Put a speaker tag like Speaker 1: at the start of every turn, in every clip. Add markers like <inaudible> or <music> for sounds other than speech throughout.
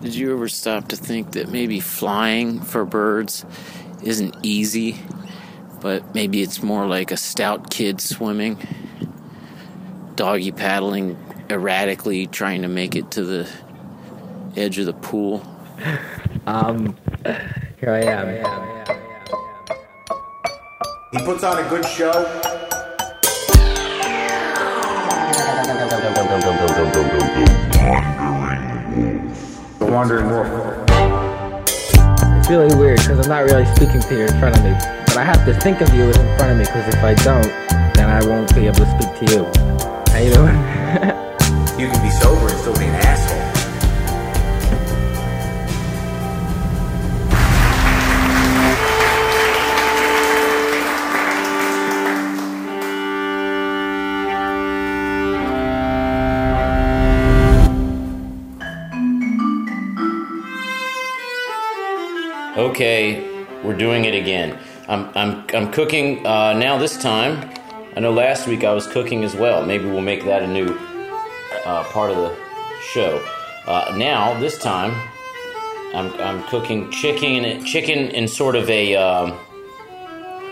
Speaker 1: Did you ever stop to think that maybe flying for birds isn't easy, but maybe it's more like a stout kid swimming, doggy paddling erratically, trying to make it to the edge of the pool?
Speaker 2: Um, here I am.
Speaker 3: He puts on a good show. The Wandering Wolf.
Speaker 2: It's really weird because I'm not really speaking to you in front of me, but I have to think of you as in front of me because if I don't, then I won't be able to speak to you. How you doing?
Speaker 3: You can be sober and still be an asshole.
Speaker 1: Okay, we're doing it again. I'm, I'm, I'm cooking uh, now this time. I know last week I was cooking as well. Maybe we'll make that a new uh, part of the show. Uh, now this time, I'm, I'm cooking chicken chicken in sort of a um,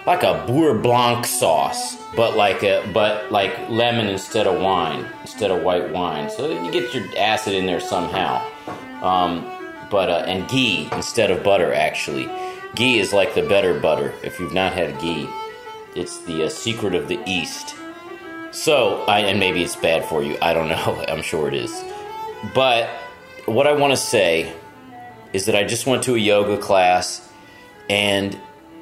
Speaker 1: like a boer blanc sauce, but like a but like lemon instead of wine instead of white wine. So you get your acid in there somehow. Um, but uh, and ghee instead of butter actually. Ghee is like the better butter. If you've not had ghee, it's the uh, secret of the East. So, I, and maybe it's bad for you. I don't <laughs> know. I'm sure it is. But what I want to say is that I just went to a yoga class and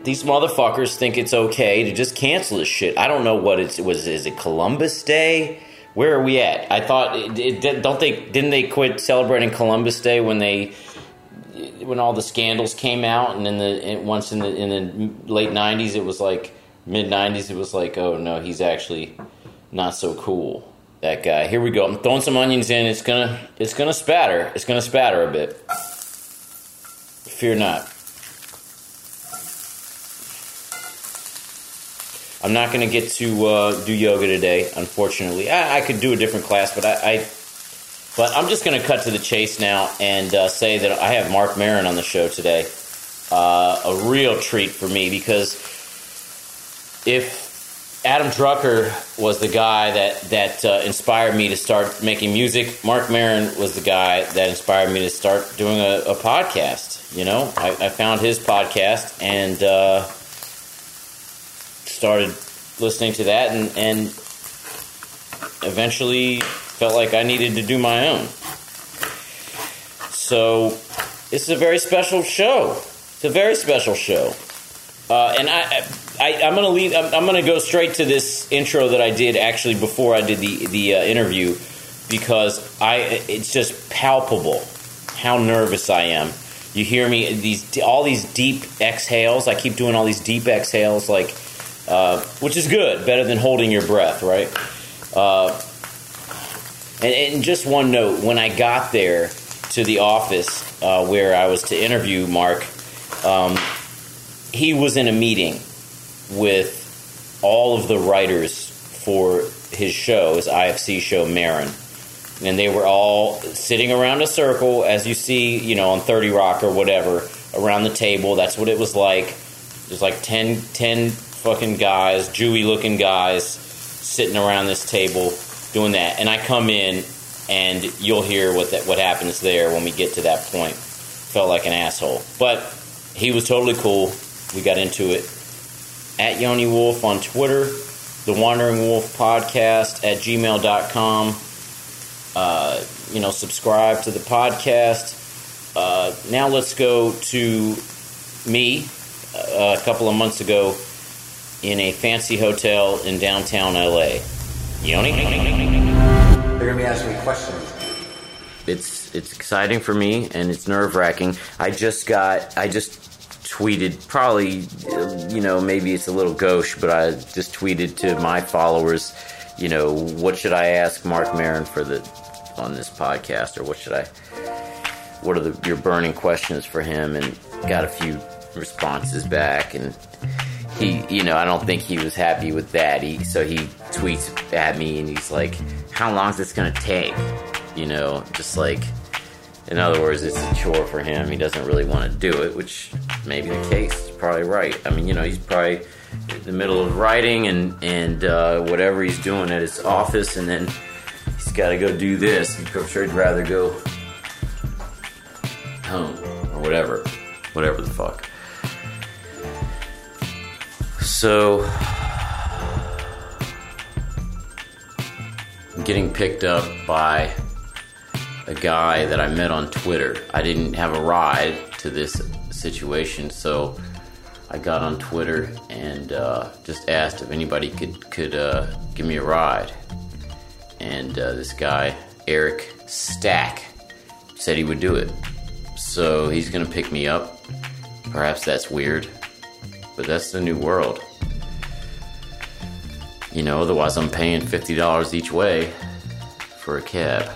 Speaker 1: these motherfuckers think it's okay to just cancel this shit. I don't know what it's, it was. Is it Columbus Day? Where are we at? I thought, it, it, don't they, didn't they quit celebrating Columbus Day when they, when all the scandals came out and in the, and once in the, in the late 90s, it was like, mid 90s, it was like, oh no, he's actually not so cool. That guy. Here we go. I'm throwing some onions in. It's gonna, it's gonna spatter. It's gonna spatter a bit. Fear not. I'm not going to get to uh, do yoga today, unfortunately. I, I could do a different class, but I, I but I'm just going to cut to the chase now and uh, say that I have Mark Marin on the show today. Uh, a real treat for me because if Adam Drucker was the guy that that uh, inspired me to start making music, Mark Marin was the guy that inspired me to start doing a, a podcast. You know, I, I found his podcast and uh, started listening to that, and, and eventually felt like I needed to do my own. So this is a very special show. It's a very special show. Uh, and I, I, I'm gonna leave. I'm, I'm gonna go straight to this intro that I did actually before I did the the uh, interview because I it's just palpable how nervous I am. You hear me these all these deep exhales. I keep doing all these deep exhales, like uh, which is good, better than holding your breath, right? Uh, and, and just one note: when I got there to the office uh, where I was to interview Mark, um, he was in a meeting with all of the writers for his show, his IFC show, Marin. And they were all sitting around a circle, as you see, you know, on 30 Rock or whatever, around the table. That's what it was like. There's like 10, 10 fucking guys, Jewy looking guys, sitting around this table doing that. And I come in, and you'll hear what, that, what happens there when we get to that point. Felt like an asshole. But he was totally cool. We got into it. At Yoni Wolf on Twitter, the Wandering Wolf Podcast at gmail.com. Uh, you know, subscribe to the podcast. Uh, now let's go to me uh, a couple of months ago in a fancy hotel in downtown LA. Yoni?
Speaker 3: They're going to be asking me questions.
Speaker 1: It's it's exciting for me and it's nerve wracking. I just got I just tweeted probably uh, you know maybe it's a little gauche, but I just tweeted to my followers, you know, what should I ask Mark Marin for the on this podcast or what should I what are the your burning questions for him and got a few responses back and he you know i don't think he was happy with that he so he tweets at me and he's like how long is this gonna take you know just like In other words, it's a chore for him. He doesn't really want to do it, which may be the case. He's probably right. I mean, you know, he's probably in the middle of writing and and uh, whatever he's doing at his office, and then he's got to go do this. I'm sure he'd rather go home or whatever, whatever the fuck. So, getting picked up by a guy that I met on Twitter. I didn't have a ride to this situation, so I got on Twitter and uh, just asked if anybody could could uh, give me a ride. And uh, this guy Eric Stack said he would do it, so he's gonna pick me up. Perhaps that's weird, but that's the new world. You know, otherwise I'm paying fifty dollars each way for a cab.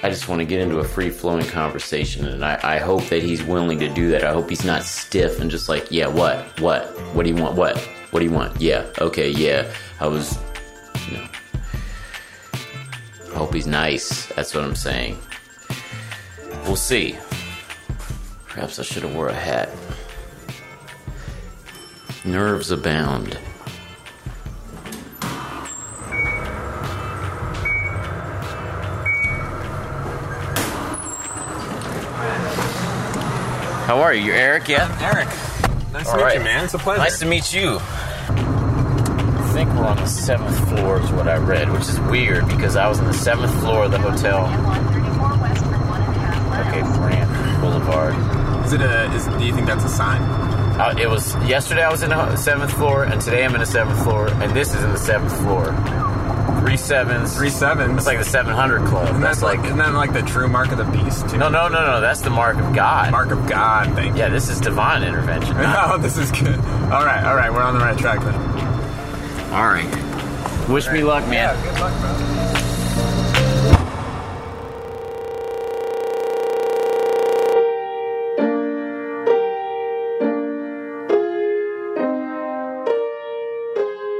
Speaker 1: I just want to get into a free flowing conversation, and I, I hope that he's willing to do that. I hope he's not stiff and just like, yeah, what, what, what do you want, what, what do you want, yeah, okay, yeah. I was, you know, I hope he's nice. That's what I'm saying. We'll see. Perhaps I should have wore a hat. Nerves abound. How are you? You're Eric, yeah?
Speaker 4: Eric, nice to
Speaker 1: All
Speaker 4: meet
Speaker 1: right.
Speaker 4: you, man. It's a pleasure.
Speaker 1: Nice to meet you. I think we're on the seventh floor, is what I read, which is weird because I was on the seventh floor of the hotel. Okay, Grant Boulevard.
Speaker 4: Is it a? Is, do you think that's a sign?
Speaker 1: Uh, it was yesterday. I was in the ho- seventh floor, and today I'm in the seventh floor, and this is in the seventh floor. Three sevens.
Speaker 4: Three sevens.
Speaker 1: It's like the seven hundred club.
Speaker 4: and
Speaker 1: that's like
Speaker 4: and then like the true mark of the beast. Too?
Speaker 1: no, no, no, no. That's the mark of God.
Speaker 4: mark of God. Thank you.
Speaker 1: Yeah, this is divine intervention.
Speaker 4: <laughs> Oh, this is good. All right, all right, we're on the right track then.
Speaker 1: All right. Wish me luck, man.
Speaker 4: good luck, bro.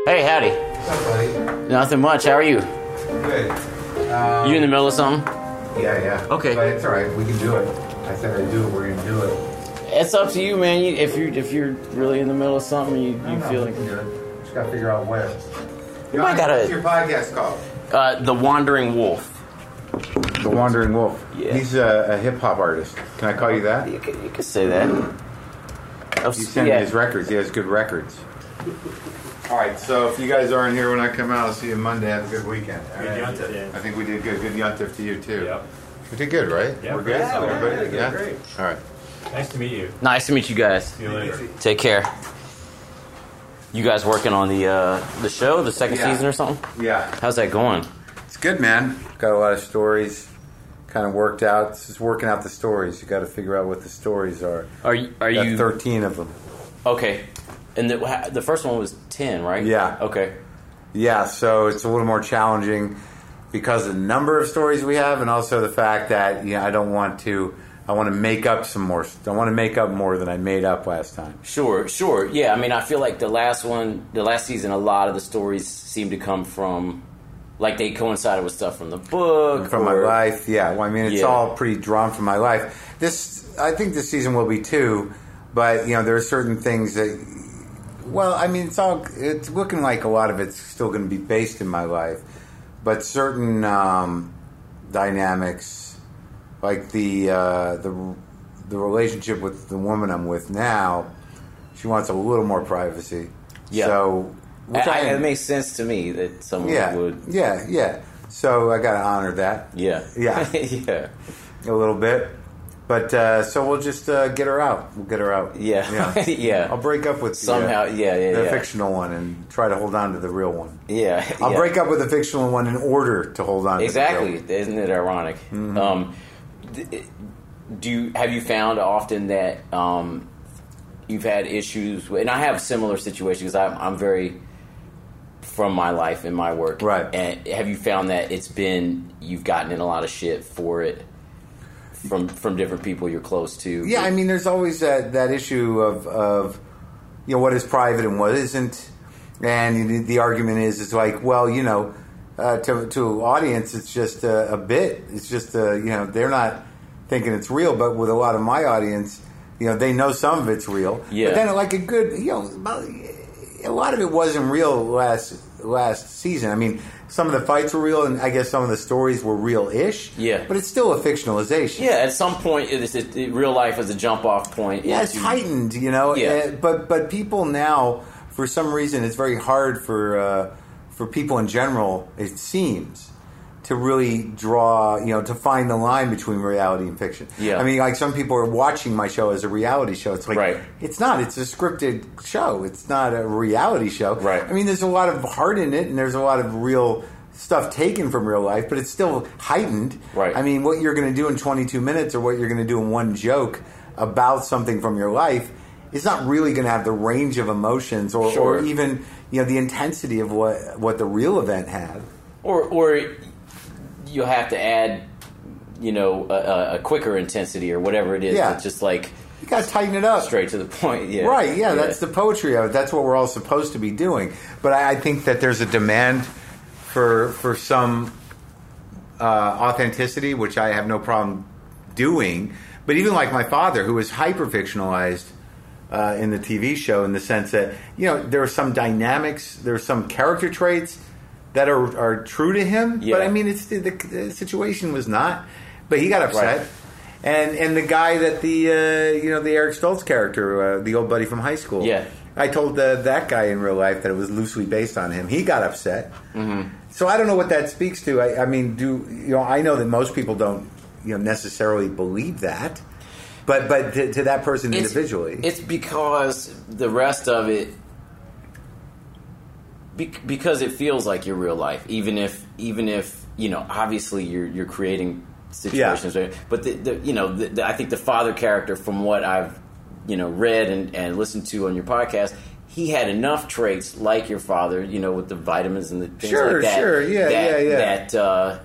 Speaker 1: Hey, howdy.
Speaker 3: buddy?
Speaker 1: Nothing much. How are you?
Speaker 3: Good.
Speaker 1: You in the middle of something?
Speaker 3: Yeah, yeah.
Speaker 1: Okay.
Speaker 3: But it's all right. We can do it. I said I'd do it. We're gonna do it.
Speaker 1: It's up to you, man. You, if you if you're really in the middle of something, you,
Speaker 3: I
Speaker 1: you
Speaker 3: know
Speaker 1: feel
Speaker 3: we
Speaker 1: like
Speaker 3: can do it. Just gotta figure out where. You
Speaker 1: might gotta-
Speaker 3: What's your podcast called?
Speaker 1: uh, the wandering wolf.
Speaker 3: The Wandering Wolf.
Speaker 1: Yeah.
Speaker 3: He's a, a hip hop artist. Can I call you that?
Speaker 1: You could, you could say that. Of-
Speaker 3: You send me his records. He has good records. All right, so if you guys aren't here when I come out, I'll see you Monday. Have a good weekend. All right. I think we did good. Good yontif to you too.
Speaker 5: Yep.
Speaker 3: We did good, right?
Speaker 5: Yeah.
Speaker 3: We're good.
Speaker 5: Yeah, we
Speaker 3: Everybody? Yeah. All right.
Speaker 5: Nice to meet you.
Speaker 1: Nice to meet you guys.
Speaker 5: See you later.
Speaker 1: Take care. You guys working on the uh, the show, the second
Speaker 3: Yeah.
Speaker 1: season or something?
Speaker 3: Yeah,
Speaker 1: How's that going?
Speaker 3: it's good, man. Got a lot of stories. Kind of worked out. It's just working out the stories. You got to figure out what the stories are.
Speaker 1: Are you are
Speaker 3: Got
Speaker 1: you
Speaker 3: thirteen of them.
Speaker 1: okay? And the ha- the first one was ten, right?
Speaker 3: Yeah.
Speaker 1: Okay.
Speaker 3: Yeah, so it's a little more challenging because of the number of stories we have, and also the fact that you know, I don't want to. I want to make up some more. I want to make up more than I made up last time.
Speaker 1: Sure, sure. Yeah, I mean, I feel like the last one, the last season, a lot of the stories seem to come from, like, they coincided with stuff from the book.
Speaker 3: from my
Speaker 1: or-
Speaker 3: life. Yeah, well, I mean, it's
Speaker 1: Yeah.
Speaker 3: all pretty drawn from my life. This, I think, this season will be too. But you know, there are certain things that. Well, I mean, it's all. It's looking like a lot of it's still going to be based in my life, but certain um, dynamics, like the uh, the the relationship with the woman I'm with now, she wants a little more privacy.
Speaker 1: Yeah.
Speaker 3: So.
Speaker 1: I,
Speaker 3: which I-
Speaker 1: I- it makes sense to me that someone
Speaker 3: yeah,
Speaker 1: would.
Speaker 3: yeah, yeah. So I got to honor that
Speaker 1: Yeah.
Speaker 3: <laughs> Yeah.
Speaker 1: <laughs> yeah.
Speaker 3: a little bit. But uh, so we'll just uh, get her out. We'll get her out.
Speaker 1: Yeah. <laughs> Yeah.
Speaker 3: I'll break up with the, uh,
Speaker 1: Somehow, yeah, yeah,
Speaker 3: the
Speaker 1: yeah.
Speaker 3: fictional one and try to hold on to the real one.
Speaker 1: yeah.
Speaker 3: I'll
Speaker 1: yeah.
Speaker 3: break up with the fictional one in order to hold on.
Speaker 1: Exactly.
Speaker 3: to
Speaker 1: Isn't it ironic?
Speaker 3: Mm-hmm.
Speaker 1: Um, d- do you, have you found often that um, you've had issues, with, and I have similar situations. I'm, I'm very from my life and my work,
Speaker 3: Right.
Speaker 1: And have you found that it's been you've gotten in a lot of shit for it from from different people you're close to?
Speaker 3: Yeah, I mean, there's always that, that issue of of you know what is private and what isn't, and the- the argument is it's like, well, you know, uh, to to audience, it's just a, a bit. It's just a, you know they're not thinking it's real. But with a lot of my audience, you know they know some of it's real.
Speaker 1: Yeah.
Speaker 3: But then like a good you know about- a lot of it wasn't real last last season. I mean some of the fights were real, and I guess some of the stories were real ish.
Speaker 1: Yeah.
Speaker 3: But it's still a fictionalization.
Speaker 1: Yeah, at some point, it is, it, it- real life is a jump off point.
Speaker 3: Yeah, it's
Speaker 1: You-
Speaker 3: heightened, you know.
Speaker 1: Yeah.
Speaker 3: Uh, but but people now, for some reason, it's very hard for uh, for people in general. It seems to really draw, you know, to find the line between reality and fiction.
Speaker 1: Yeah.
Speaker 3: I mean, like some people are watching my show as a reality show. It's like
Speaker 1: Right.
Speaker 3: it's not. It's a scripted show. It's not a reality show.
Speaker 1: Right.
Speaker 3: I mean, there's a lot of heart in it, and there's a lot of real. Stuff taken from real life, but it's still heightened.
Speaker 1: Right.
Speaker 3: I mean, mean, what you're going to do in 22 minutes or what you're going to do in one joke about something from your life is not really going to have the range of emotions or,
Speaker 1: Sure.
Speaker 3: or even you know the intensity of what what the real event had.
Speaker 1: Or, or you'll have to add, you know, a- a, a quicker intensity or whatever it is.
Speaker 3: Yeah.
Speaker 1: It's just like
Speaker 3: You got to tighten it up.
Speaker 1: straight to the point. Yeah.
Speaker 3: Right, yeah, that's the poetry of it. That's what we're all supposed to be doing. But I, I think that there's a demand for for some uh, authenticity, which I have no problem doing. But even like my father, who was hyper fictionalized uh, in the TV show, in the sense that you know there are some dynamics, there are some character traits that are are true to him.
Speaker 1: Yeah.
Speaker 3: But I mean, it's the, the, the situation was not. But he got upset.
Speaker 1: Right.
Speaker 3: And and the guy that the uh, you know the Eric Stoltz character, uh, the old buddy from high school.
Speaker 1: Yeah.
Speaker 3: I told the, that guy in real life that it was loosely based on him. He got upset. Mm-hmm. So I don't know what that speaks to. I, I mean, do you know? I know that most people don't you know necessarily believe that, but but to, to that person
Speaker 1: It's-
Speaker 3: individually,
Speaker 1: It's because the rest of it, bec- because it feels like your real life, even if even if you know, obviously you're you're creating situations, right? but the, the you know, the, the, I think the father character, from what I've you know read and, and listened to on your podcast. He had enough traits like your father, you know, with the vitamins and the things
Speaker 3: Sure,
Speaker 1: like that.
Speaker 3: sure. Yeah,
Speaker 1: that,
Speaker 3: yeah, yeah.
Speaker 1: That, uh,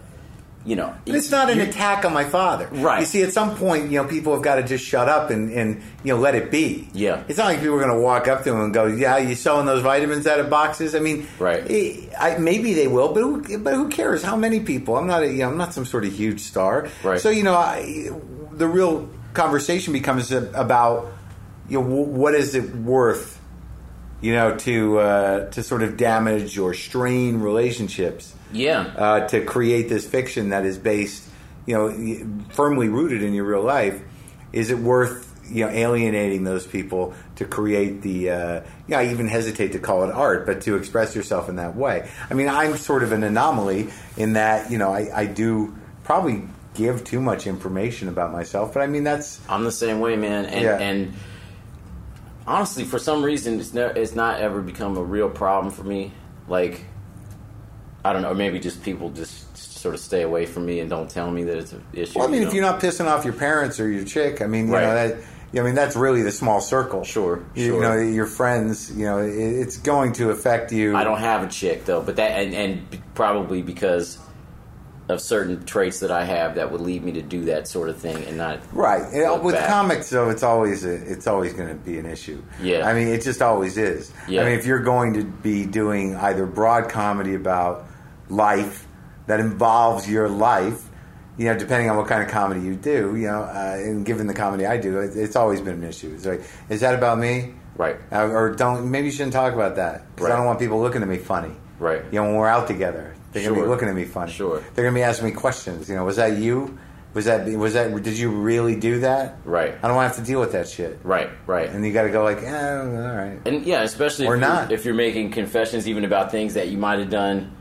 Speaker 1: you know,
Speaker 3: But it's not an
Speaker 1: you-
Speaker 3: attack on my father.
Speaker 1: Right.
Speaker 3: You see, at some point, you know, people have got to just shut up and, and you know, let it be.
Speaker 1: Yeah.
Speaker 3: It's not like people are going to walk up to him and go, yeah, you selling those vitamins out of boxes? I mean,
Speaker 1: Right.
Speaker 3: eh, I, maybe they will, but who, but who cares? How many people? I'm not, a, you know, I'm not some sort of huge star.
Speaker 1: Right.
Speaker 3: So, you know, I, the real conversation becomes a- about, you know, wh- what is it worth? You know, to uh, to sort of damage or strain relationships
Speaker 1: Yeah,
Speaker 3: uh, to create this fiction that is based, you know, firmly rooted in your real life. Is it worth you know alienating those people to create the? Uh, yeah, I even hesitate to call it art, but to express yourself in that way. I mean, I'm sort of an anomaly in that you know I, I do probably give too much information about myself, but I mean that's
Speaker 1: I'm the same way, man. And
Speaker 3: Yeah.
Speaker 1: and honestly, for some reason, it's never it's not ever become a real problem for me. Like I don't know, or maybe just people just sort of stay away from me and don't tell me that it's an issue.
Speaker 3: Well, I mean,
Speaker 1: you
Speaker 3: if
Speaker 1: know?
Speaker 3: you're not pissing off your parents or your chick, I mean, you know,
Speaker 1: Right.
Speaker 3: that, I mean, that's really the small circle.
Speaker 1: Sure,
Speaker 3: you,
Speaker 1: sure.
Speaker 3: know, your friends. You know, it, it's going to affect you.
Speaker 1: I don't have a chick though, but that and and b- probably because of certain traits that I have that would lead me to do that sort of thing and not
Speaker 3: Right. And
Speaker 1: look
Speaker 3: with
Speaker 1: back.
Speaker 3: comics, though, it's always a, it's always going to be an issue.
Speaker 1: Yeah.
Speaker 3: I mean, it just always is.
Speaker 1: Yeah.
Speaker 3: I mean, if you're going to be doing either broad comedy about life that involves your life, you know, depending on what kind of comedy you do, you know, uh, and given the comedy I do, it, it's always been an issue. It's like, is that about me?
Speaker 1: Right.
Speaker 3: Uh, or don't maybe you shouldn't talk about that because
Speaker 1: Right.
Speaker 3: I don't want people looking at me funny.
Speaker 1: Right.
Speaker 3: You know, when we're out together, they're gonna
Speaker 1: Sure.
Speaker 3: be looking at me funny.
Speaker 1: Sure.
Speaker 3: They're gonna be asking me questions. You know, was that you? Was that was that? Did you really do that?
Speaker 1: Right.
Speaker 3: I don't want to have to deal with that shit.
Speaker 1: Right, right.
Speaker 3: And you got to go like, eh, all right.
Speaker 1: And yeah, especially
Speaker 3: Or
Speaker 1: if, you're-
Speaker 3: not.
Speaker 1: if you're making confessions even about things that you might have done,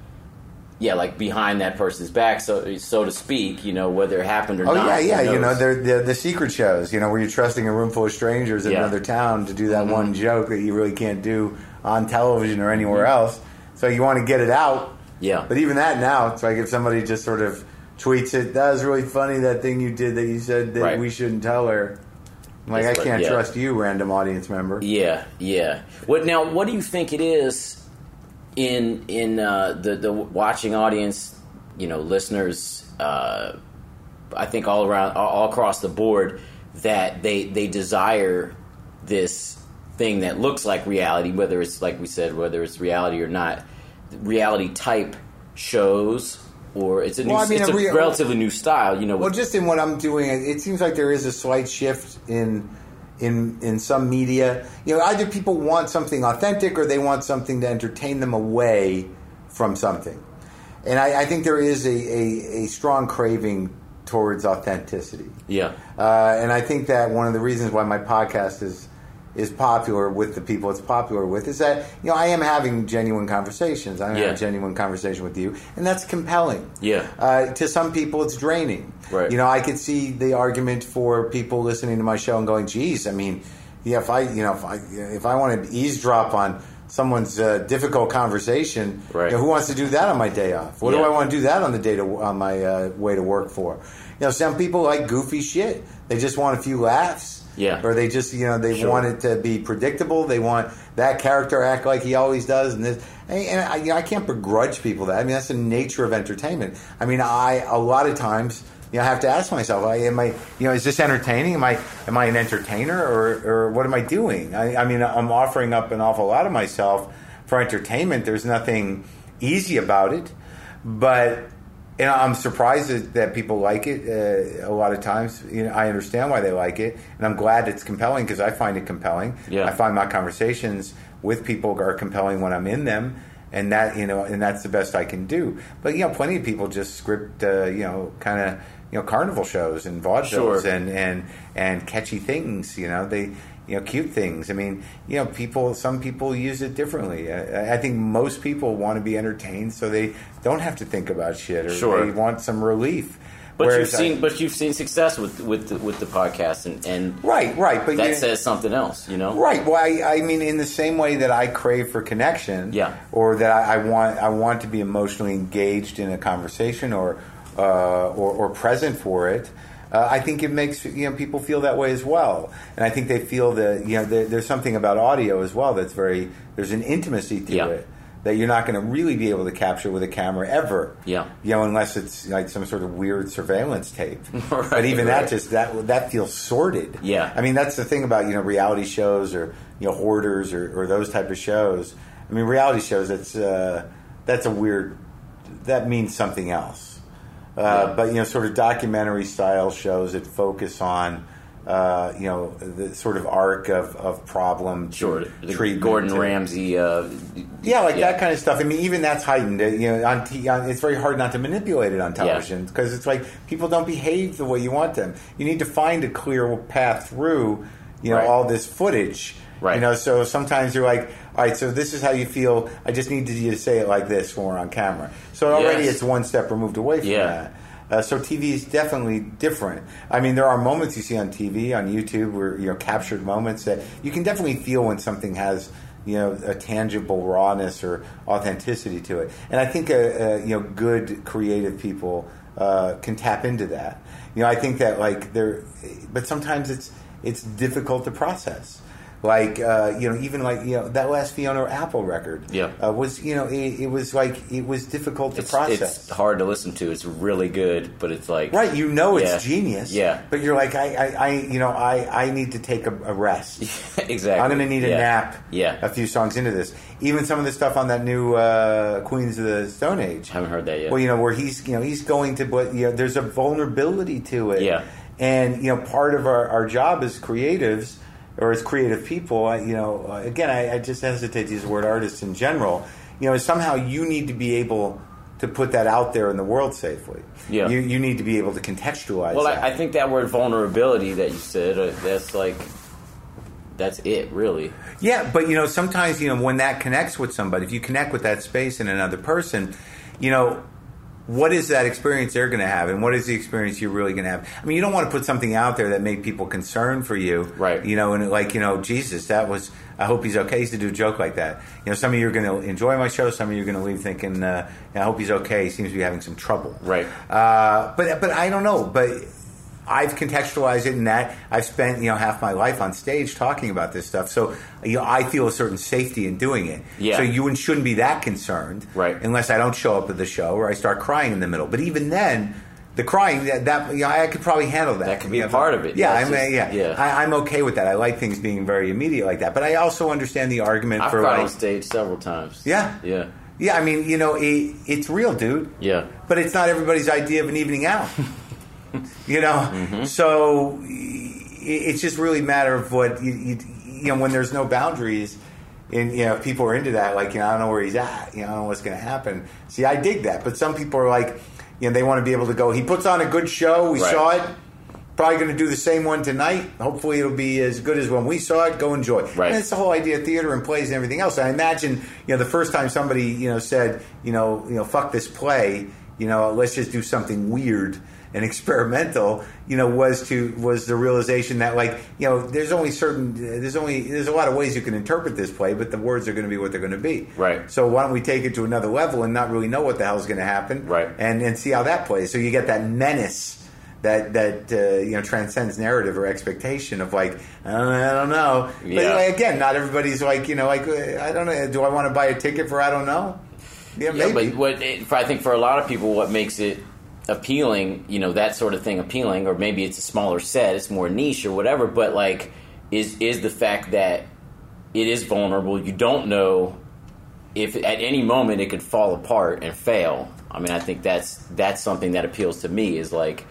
Speaker 1: yeah, like behind that person's back, so so to speak, you know, whether it happened or
Speaker 3: Oh
Speaker 1: not.
Speaker 3: yeah,
Speaker 1: who
Speaker 3: yeah. You know,
Speaker 1: knows?
Speaker 3: they're, they're the secret shows. You know, where you're trusting a room full of strangers in
Speaker 1: Yeah. Mm-hmm.
Speaker 3: another town to do that one joke that you really can't do on television or anywhere
Speaker 1: Mm-hmm.
Speaker 3: else. So you want to get it out.
Speaker 1: Yeah.
Speaker 3: But even that now, it's like if somebody just sort of tweets it, that was really funny that thing you did that you said that
Speaker 1: Right.
Speaker 3: we shouldn't tell her. I'm like
Speaker 1: That's
Speaker 3: I
Speaker 1: what-
Speaker 3: can't
Speaker 1: yeah.
Speaker 3: trust you, random audience member.
Speaker 1: Yeah, yeah. What now? What do you think it is in in uh, the the watching audience? You know, listeners. Uh, I think all around, all, all across the board, that they they desire this thing that looks like reality, whether it's like we said, whether it's reality or not, reality type
Speaker 6: shows, or it's a new,
Speaker 3: Well, I mean,
Speaker 6: it's a
Speaker 3: a real-
Speaker 6: relatively new style. You know,
Speaker 3: Well,
Speaker 6: with-
Speaker 3: just in what I'm doing, it it seems like there is a slight shift in in in some media. You know, either people want something authentic or they want something to entertain them away from something. And I, I think there is a, a, a strong craving towards authenticity.
Speaker 6: yeah,
Speaker 3: Uh, and I think that one of the reasons why my podcast is is popular with the people it's popular with is that you know I am having genuine conversations. I'm having
Speaker 6: Yeah.
Speaker 3: a genuine conversation with you, and that's compelling.
Speaker 6: Yeah.
Speaker 3: Uh, to some people, it's draining.
Speaker 6: Right.
Speaker 3: You know, I could see the argument for people listening to my show and going, "Geez, I mean, yeah, if I you know if I if I want to eavesdrop on." Someone's uh, difficult conversation.
Speaker 6: Right.
Speaker 3: You know, who wants to do that on my day off? What do
Speaker 6: Yeah.
Speaker 3: I want to do that on the day to, on my uh, way to work for? You know, some people like goofy shit. They just want a few laughs.
Speaker 6: Yeah.
Speaker 3: Or they just you know they
Speaker 6: Sure.
Speaker 3: want it to be predictable. They want that character act like he always does, and this. And, and I, you know, I can't begrudge people that. I mean, that's the nature of entertainment. I mean, I a lot of times. You know, I have to ask myself: I, Am I, you know, is this entertaining? Am I, am I an entertainer, or, or what am I doing? I, I mean, I'm offering up an awful lot of myself for entertainment. There's nothing easy about it, but and I'm surprised that- that people like it. Uh, a lot of times, you know, I understand why they like it, and I'm glad it's compelling because I find it compelling.
Speaker 6: Yeah.
Speaker 3: I find my conversations with people are compelling when I'm in them, and that you know, and that's the best I can do. But you know, plenty of people just script, uh, you know, kind of you know, carnival shows and vaudevilles
Speaker 6: Sure.
Speaker 3: and and and catchy things. You know, they you know, cute things. I mean, you know, people. Some people use it differently. I, I think most people want to be entertained, so they don't have to think about shit, or
Speaker 6: Sure.
Speaker 3: they want some relief.
Speaker 6: but you've
Speaker 3: Whereas I-
Speaker 6: seen but you've seen success with with the, with the podcast, and and
Speaker 3: right, right, but
Speaker 6: that
Speaker 3: you-
Speaker 6: says something else. You know,
Speaker 3: Right. Well, I, I mean, in the same way that I crave for connection,
Speaker 6: Yeah.
Speaker 3: or that I, I want, I want to be emotionally engaged in a conversation or, uh, or, or present for it. Uh, I think it makes you know people feel that way as well, and I think they feel that you know there, there's something about audio as well that's very there's an intimacy to
Speaker 6: Yeah.
Speaker 3: it that you're not going to really be able to capture with a camera ever.
Speaker 6: Yeah.
Speaker 3: You know, unless it's like some sort of weird surveillance tape.
Speaker 6: <laughs> Right,
Speaker 3: but even
Speaker 6: right.
Speaker 3: that just that that feels sorted.
Speaker 6: Yeah.
Speaker 3: I mean, that's the thing about you know reality shows or you know hoarders or, or those type of shows. I mean, reality shows. That's uh, that's a weird. That means something else. Uh, But you know, sort of documentary style shows that focus on. Uh, you know the sort of arc of, of problem to
Speaker 6: Sure, the
Speaker 3: treatment
Speaker 6: Gordon
Speaker 3: to-
Speaker 6: Ramsay. Uh,
Speaker 3: yeah, like
Speaker 6: Yeah.
Speaker 3: that kind of stuff. I mean, even that's heightened. uh, You know, on, t- on it's very hard not to manipulate it on television because it's like people don't behave the way you want them. You need to find a clear path through. You know,
Speaker 6: Right.
Speaker 3: all this footage.
Speaker 6: Right.
Speaker 3: You know, so sometimes you're like, all right, so this is how you feel. I just need you to say it like this when we're on camera. So already
Speaker 6: Yes.
Speaker 3: it's one step removed away from
Speaker 6: Yeah.
Speaker 3: that. Uh, so TV is definitely different. I mean, there are moments you see on TV, on YouTube, where you know captured moments that you can definitely feel when something has you know a tangible rawness or authenticity to it. And I think uh, uh, you know good creative people uh, can tap into that. You know, I think that like there, but sometimes it's it's difficult to process. Like uh, you know, even like you know that last Fiona Apple record
Speaker 6: Yeah.
Speaker 3: uh, was you know it, it was like it was difficult to
Speaker 6: it's,
Speaker 3: process.
Speaker 6: it's hard to listen to. It's really good, but it's like
Speaker 3: Right, you know it's
Speaker 6: Yeah.
Speaker 3: genius.
Speaker 6: Yeah.
Speaker 3: But you're like, I, I, I you know, I, I need to take a, a rest.
Speaker 6: <laughs> exactly.
Speaker 3: I'm going to need a
Speaker 6: Yeah.
Speaker 3: nap.
Speaker 6: Yeah.
Speaker 3: A few songs into this, even some of the stuff on that new uh, Queens of the Stone Age.
Speaker 6: Haven't heard that yet.
Speaker 3: Well, you know, where he's, you know, he's going to, but you know, there's a vulnerability to it.
Speaker 6: Yeah.
Speaker 3: And you know, part of our, our job as creatives or as creative people, I- you know, uh, again, I, I just hesitate to use the word artists in general. You know, somehow you need to be able to put that out there in the world safely.
Speaker 6: Yeah.
Speaker 3: You, you need to be able to contextualize.
Speaker 6: Well,
Speaker 3: that.
Speaker 6: I, I think that word vulnerability that you said, uh, that's like, that's it, really.
Speaker 3: Yeah, but you know, sometimes you know when that connects with somebody, if you connect with that space in another person, you know, what is that experience they're going to have, and what is the experience you're really going to have? I mean, you don't want to put something out there that make people concerned for you,
Speaker 6: Right.
Speaker 3: You know, and like you know, Jesus, that was. I hope he's okay. He used to do a joke like that. You know, some of you are going to enjoy my show, some of you are going to leave thinking, uh, I hope he's okay. He seems to be having some trouble,
Speaker 6: Right.
Speaker 3: uh, but but I don't know. But I've contextualized it in that I've spent you know half my life on stage talking about this stuff, so you know, I feel a certain safety in doing it.
Speaker 6: Yeah.
Speaker 3: So you shouldn't be that concerned,
Speaker 6: Right.
Speaker 3: Unless I don't show up at the show or I start crying in the middle. But even then. The crying that that you know, I could probably handle that.
Speaker 6: That could be
Speaker 3: You
Speaker 6: a
Speaker 3: know,
Speaker 6: part of it.
Speaker 3: Yeah,
Speaker 6: That's
Speaker 3: I'm, uh,
Speaker 6: just-
Speaker 3: yeah,
Speaker 6: yeah.
Speaker 3: I, I'm okay with that. I like things being very immediate like that. But I also understand the argument
Speaker 6: I've
Speaker 3: for
Speaker 6: cried
Speaker 3: like,
Speaker 6: on stage several times.
Speaker 3: Yeah.
Speaker 6: Yeah.
Speaker 3: Yeah, I mean, you know, it, it's real, dude.
Speaker 1: Yeah.
Speaker 3: But it's not everybody's idea of an evening out. you know, so i- it's just really a matter of what you, you, you know when there's no boundaries. And you know, if people are into that, like you know, I don't know where he's at. You know, I don't know what's going to happen. See, I dig that, but some people are like, you know, they want to be able to go. He puts on a good show. We
Speaker 1: Right.
Speaker 3: saw it. Probably going to do the same one tonight. Hopefully, it'll be as good as when we saw it. Go enjoy.
Speaker 1: Right.
Speaker 3: And it's the whole idea of theater and plays and everything else. I imagine, you know, the first time somebody, you know, said, you know, you know, fuck this play, you know, let's just do something weird and <laughs> experimental, you know, was to was the realization that like, you know, there's only certain there's only there's a lot of ways you can interpret this play, but the words are going to be what they're going to be.
Speaker 1: Right.
Speaker 3: So why don't we take it to another level and not really know what the hell's going to happen?
Speaker 1: Right.
Speaker 3: And and see how that plays. So you get that menace that that uh, you know transcends narrative or expectation of like I don't, I don't know. But
Speaker 1: Yeah.
Speaker 3: like, again, not everybody's like you know like uh, I don't know. Do I want to buy a ticket for I don't know? Yeah,
Speaker 1: Yeah,
Speaker 3: maybe.
Speaker 1: but what it, for, I think for a lot of people, what makes it appealing, you know, that sort of thing appealing, or maybe it's a smaller set, it's more niche or whatever. But like, is is the fact that it is vulnerable. You don't know if at any moment it could fall apart and fail. I mean, I think that's that's something that appeals to me. Is like,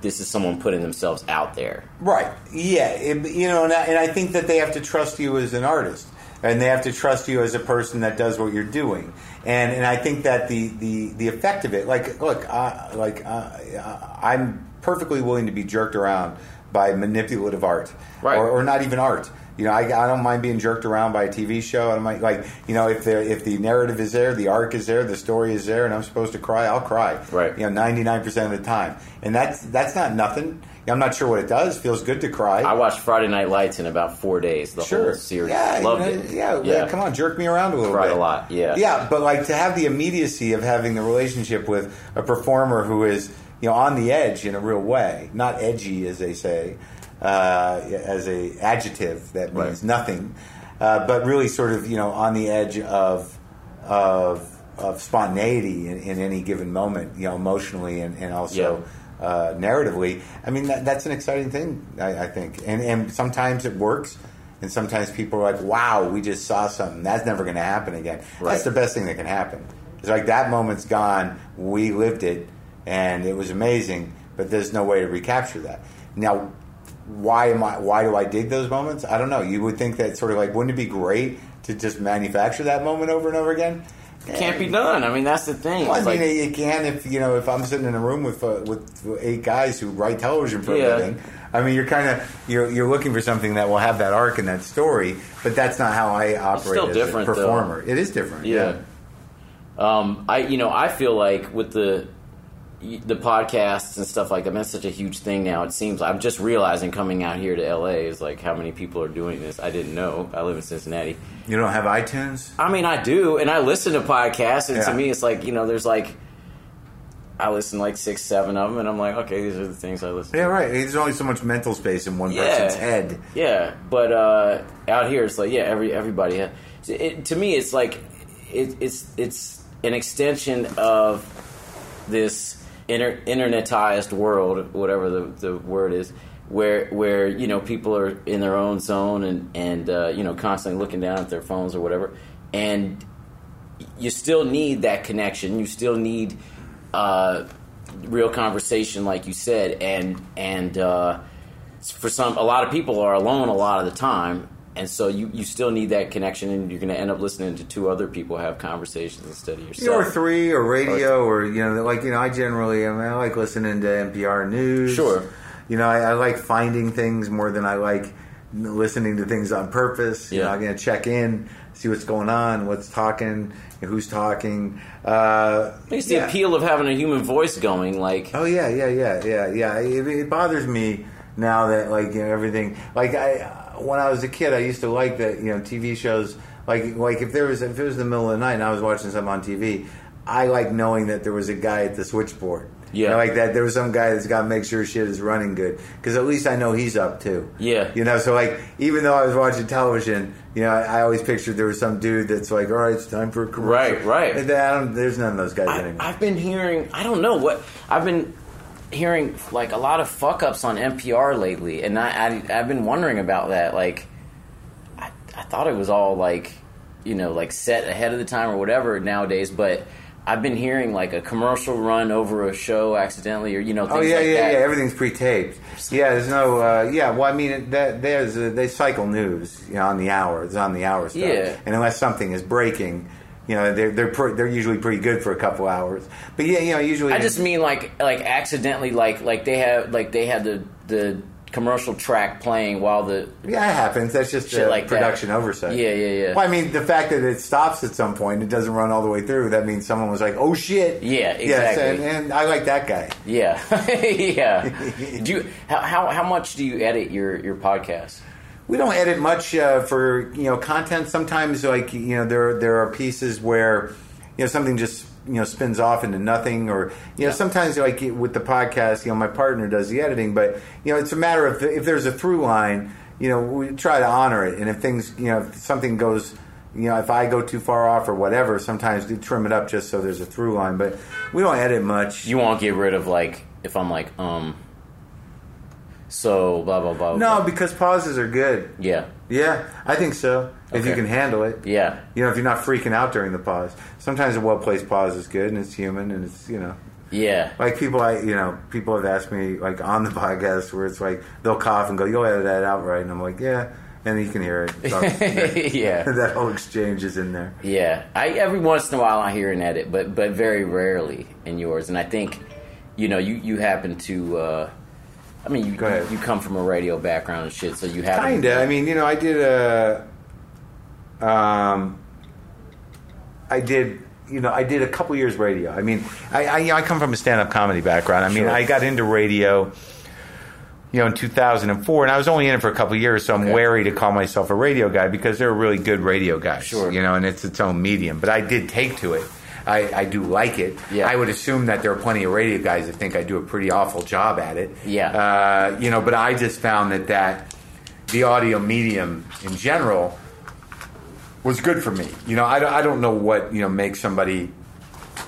Speaker 1: this is someone putting themselves out there.
Speaker 3: Right. Yeah. It, you know, and I, and I think that they have to trust you as an artist, and they have to trust you as a person that does what you're doing. And and I think that the the, the effect of it, like, look, I, like I, I- I'm perfectly willing to be jerked around by manipulative art,
Speaker 1: Right.
Speaker 3: or, or not even art. You know, I, I don't mind being jerked around by a TV show. I don't mind, like, you know, if the if the narrative is there, the arc is there, the story is there, and I'm supposed to cry, I'll cry.
Speaker 1: Right.
Speaker 3: You know, ninety nine percent of the time, and that's that's not nothing. I'm not sure what it does. Feels good to cry.
Speaker 1: I watched Friday Night Lights in about four days. The
Speaker 3: sure.
Speaker 1: whole series,
Speaker 3: Yeah. you
Speaker 1: loved
Speaker 3: know,
Speaker 1: it.
Speaker 3: Yeah, yeah. Come on, jerk me around a little
Speaker 1: Cried
Speaker 3: bit.
Speaker 1: a lot, yeah.
Speaker 3: Yeah, but like to have the immediacy of having the relationship with a performer who is you know on the edge in a real way, not edgy as they say, uh, as a adjective that means
Speaker 1: Right.
Speaker 3: nothing, uh, but really sort of you know on the edge of of of spontaneity in, in any given moment, you know, emotionally and, and also uh, narratively. I mean, that, that's an exciting thing, I, I think. And, and sometimes it works, and sometimes people are like, wow, we just saw something. That's never going to happen again.
Speaker 1: Right.
Speaker 3: That's the best thing that can happen. It's like that moment's gone, we lived it, and it was amazing, but there's no way to recapture that. Now, why am I? Why do I dig those moments? I don't know. You would think that sort of like, wouldn't it be great to just manufacture that moment over and over again?
Speaker 1: Can't be done. I mean, that's the thing.
Speaker 3: Well, I
Speaker 1: It's
Speaker 3: mean,
Speaker 1: like-
Speaker 3: it it can if you know if I'm sitting in a room with uh, with eight guys who write television for a
Speaker 1: Yeah.
Speaker 3: living. I mean, you're kind of you're you're looking for something that will have that arc and that story, but that's not how I operate
Speaker 1: still
Speaker 3: as
Speaker 1: different,
Speaker 3: a
Speaker 1: though.
Speaker 3: performer. It is different.
Speaker 1: Yeah. Um, I you know I feel like with the the podcasts and stuff like that, that's such a huge thing now. It seems I'm just realizing coming out here to LA is like how many people are doing this. I didn't know. I live in Cincinnati.
Speaker 3: You don't have iTunes.
Speaker 1: I mean, I do, and I listen to podcasts, and to
Speaker 3: Yeah.
Speaker 1: me, it's like you know, there's like I listen to like six, seven of them, and I'm like, okay, these are the things I listen. to.
Speaker 3: Yeah, right. There's only so much mental space in one
Speaker 1: Yeah.
Speaker 3: person's head.
Speaker 1: Yeah, but uh, out here it's like yeah, every everybody. Has, it, to me, it's like it, it's it's an extension of this inter- internetized world, whatever the, the word is, where where you know people are in their own zone and and uh, you know constantly looking down at their phones or whatever, and you still need that connection. You still need uh, real conversation, like you said, and and uh, for some, a lot of people are alone a lot of the time. And so you, you still need that connection, and you're going to end up listening to two other people have conversations instead of
Speaker 3: You know,
Speaker 1: yourself.
Speaker 3: or three, or radio, or you know, like you know, I generally, I mean, I like listening to NPR news.
Speaker 1: Sure.
Speaker 3: You know, I, I like finding things more than I like listening to things on purpose. You
Speaker 1: Yeah.
Speaker 3: know, I'm gonna check in, see what's going on, what's talking, who's talking. Uh,
Speaker 1: It's the
Speaker 3: yeah.
Speaker 1: appeal of having a human voice going. Like,
Speaker 3: Oh yeah, yeah, yeah, yeah, yeah. It, it bothers me now that like you know everything. Like I, when I was a kid, I used to like that you know TV shows. Like like if there was if it was the middle of the night and I was watching something on TV, I like knowing that there was a guy at the switchboard.
Speaker 1: Yeah.
Speaker 3: You know, like that. There was some guy that's got to make sure shit is running good because at least I know he's up too.
Speaker 1: Yeah.
Speaker 3: You know, so like even though I was watching television, you know, I, I always pictured there was some dude that's like, all right, it's time for a commercial.
Speaker 1: Right, right.
Speaker 3: And then I don't, there's none of those guys
Speaker 1: I,
Speaker 3: anymore.
Speaker 1: I've been hearing, I don't know what, I've been hearing like a lot of fuck ups on NPR lately, and I, I I've been wondering about that. Like, I, I thought it was all like you know like set ahead of the time or whatever nowadays, but. I've been hearing like a commercial run over a show accidentally, or you know, things
Speaker 3: Oh yeah,
Speaker 1: like
Speaker 3: yeah,
Speaker 1: that.
Speaker 3: yeah. Everything's pre-taped. Yeah, there's no. Uh, yeah, well, I mean, it- that, there's uh they cycle news you know, on the hour. It's on the hour stuff.
Speaker 1: Yeah.
Speaker 3: And unless something is breaking, you know, they're they're pre- they're usually pretty good for a couple hours. But yeah, you know, usually
Speaker 1: I just mean like like accidentally like like they have like they had the the commercial track playing while the
Speaker 3: yeah, it happens. That's just
Speaker 1: Shit
Speaker 3: uh,
Speaker 1: like that.
Speaker 3: production oversight.
Speaker 1: Yeah, yeah, yeah.
Speaker 3: Well, I mean, the fact that it stops at some point, it doesn't run all the way through. That means someone was like, "Oh shit."
Speaker 1: Yeah,
Speaker 3: Yes,
Speaker 1: exactly.
Speaker 3: and, and I like that guy.
Speaker 1: yeah <laughs>
Speaker 3: <laughs>
Speaker 1: yeah do you, how, how how much do you edit your your podcast
Speaker 3: We don't edit much uh, for you know content. Sometimes, like you know, there there are pieces where you know something just you know spins off into nothing, or you know sometimes like with the podcast, you know, my partner does the editing, but you know it's a matter of if there's a through line, you know, we try to honor it, and if things you know if something goes. You know, if I go too far off or whatever, sometimes we trim it up just so there's a through line. But we don't edit much.
Speaker 1: you won't get rid of like if I'm like um so blah blah blah
Speaker 3: no,
Speaker 1: blah.
Speaker 3: because pauses are good.
Speaker 1: yeah
Speaker 3: Yeah, I think so. If you
Speaker 1: Okay.
Speaker 3: can handle it.
Speaker 1: yeah
Speaker 3: You know, if you're not freaking out during the pause, sometimes a well placed pause is good and it's human and it's, you know,
Speaker 1: yeah <laughs>
Speaker 3: like people I, you know, people have asked me like on the <laughs> podcast where it's like they'll cough and go, you'll edit that out, right? And I'm like, yeah. And you can hear it. So, <laughs>
Speaker 1: yeah
Speaker 3: that whole exchange is in there.
Speaker 1: yeah I every once in a while I hear an edit but but very rarely in yours and I think you know you you happen to uh I mean you
Speaker 3: Go ahead.
Speaker 1: you come from a radio background and shit so you have
Speaker 3: Kinda. I mean, you know, I did a, um, I did, you know, I did a couple years radio. I mean, I, I, you know, I come from a stand up comedy background. I mean,
Speaker 1: Sure.
Speaker 3: I got into radio, you know, in 2004, and I was only in it for a couple years, so I'm
Speaker 1: Okay.
Speaker 3: wary to call myself a radio guy because they're really good radio guys.
Speaker 1: Sure.
Speaker 3: You know, and it's its own medium. But I did take to it. I, I do like it.
Speaker 1: Yeah.
Speaker 3: I would assume that there are plenty of radio guys that think I do a pretty awful job at it.
Speaker 1: Yeah.
Speaker 3: Uh, you know, but I just found that that the audio medium in general was good for me. You know, I, don't- I don't know what, you know, makes somebody,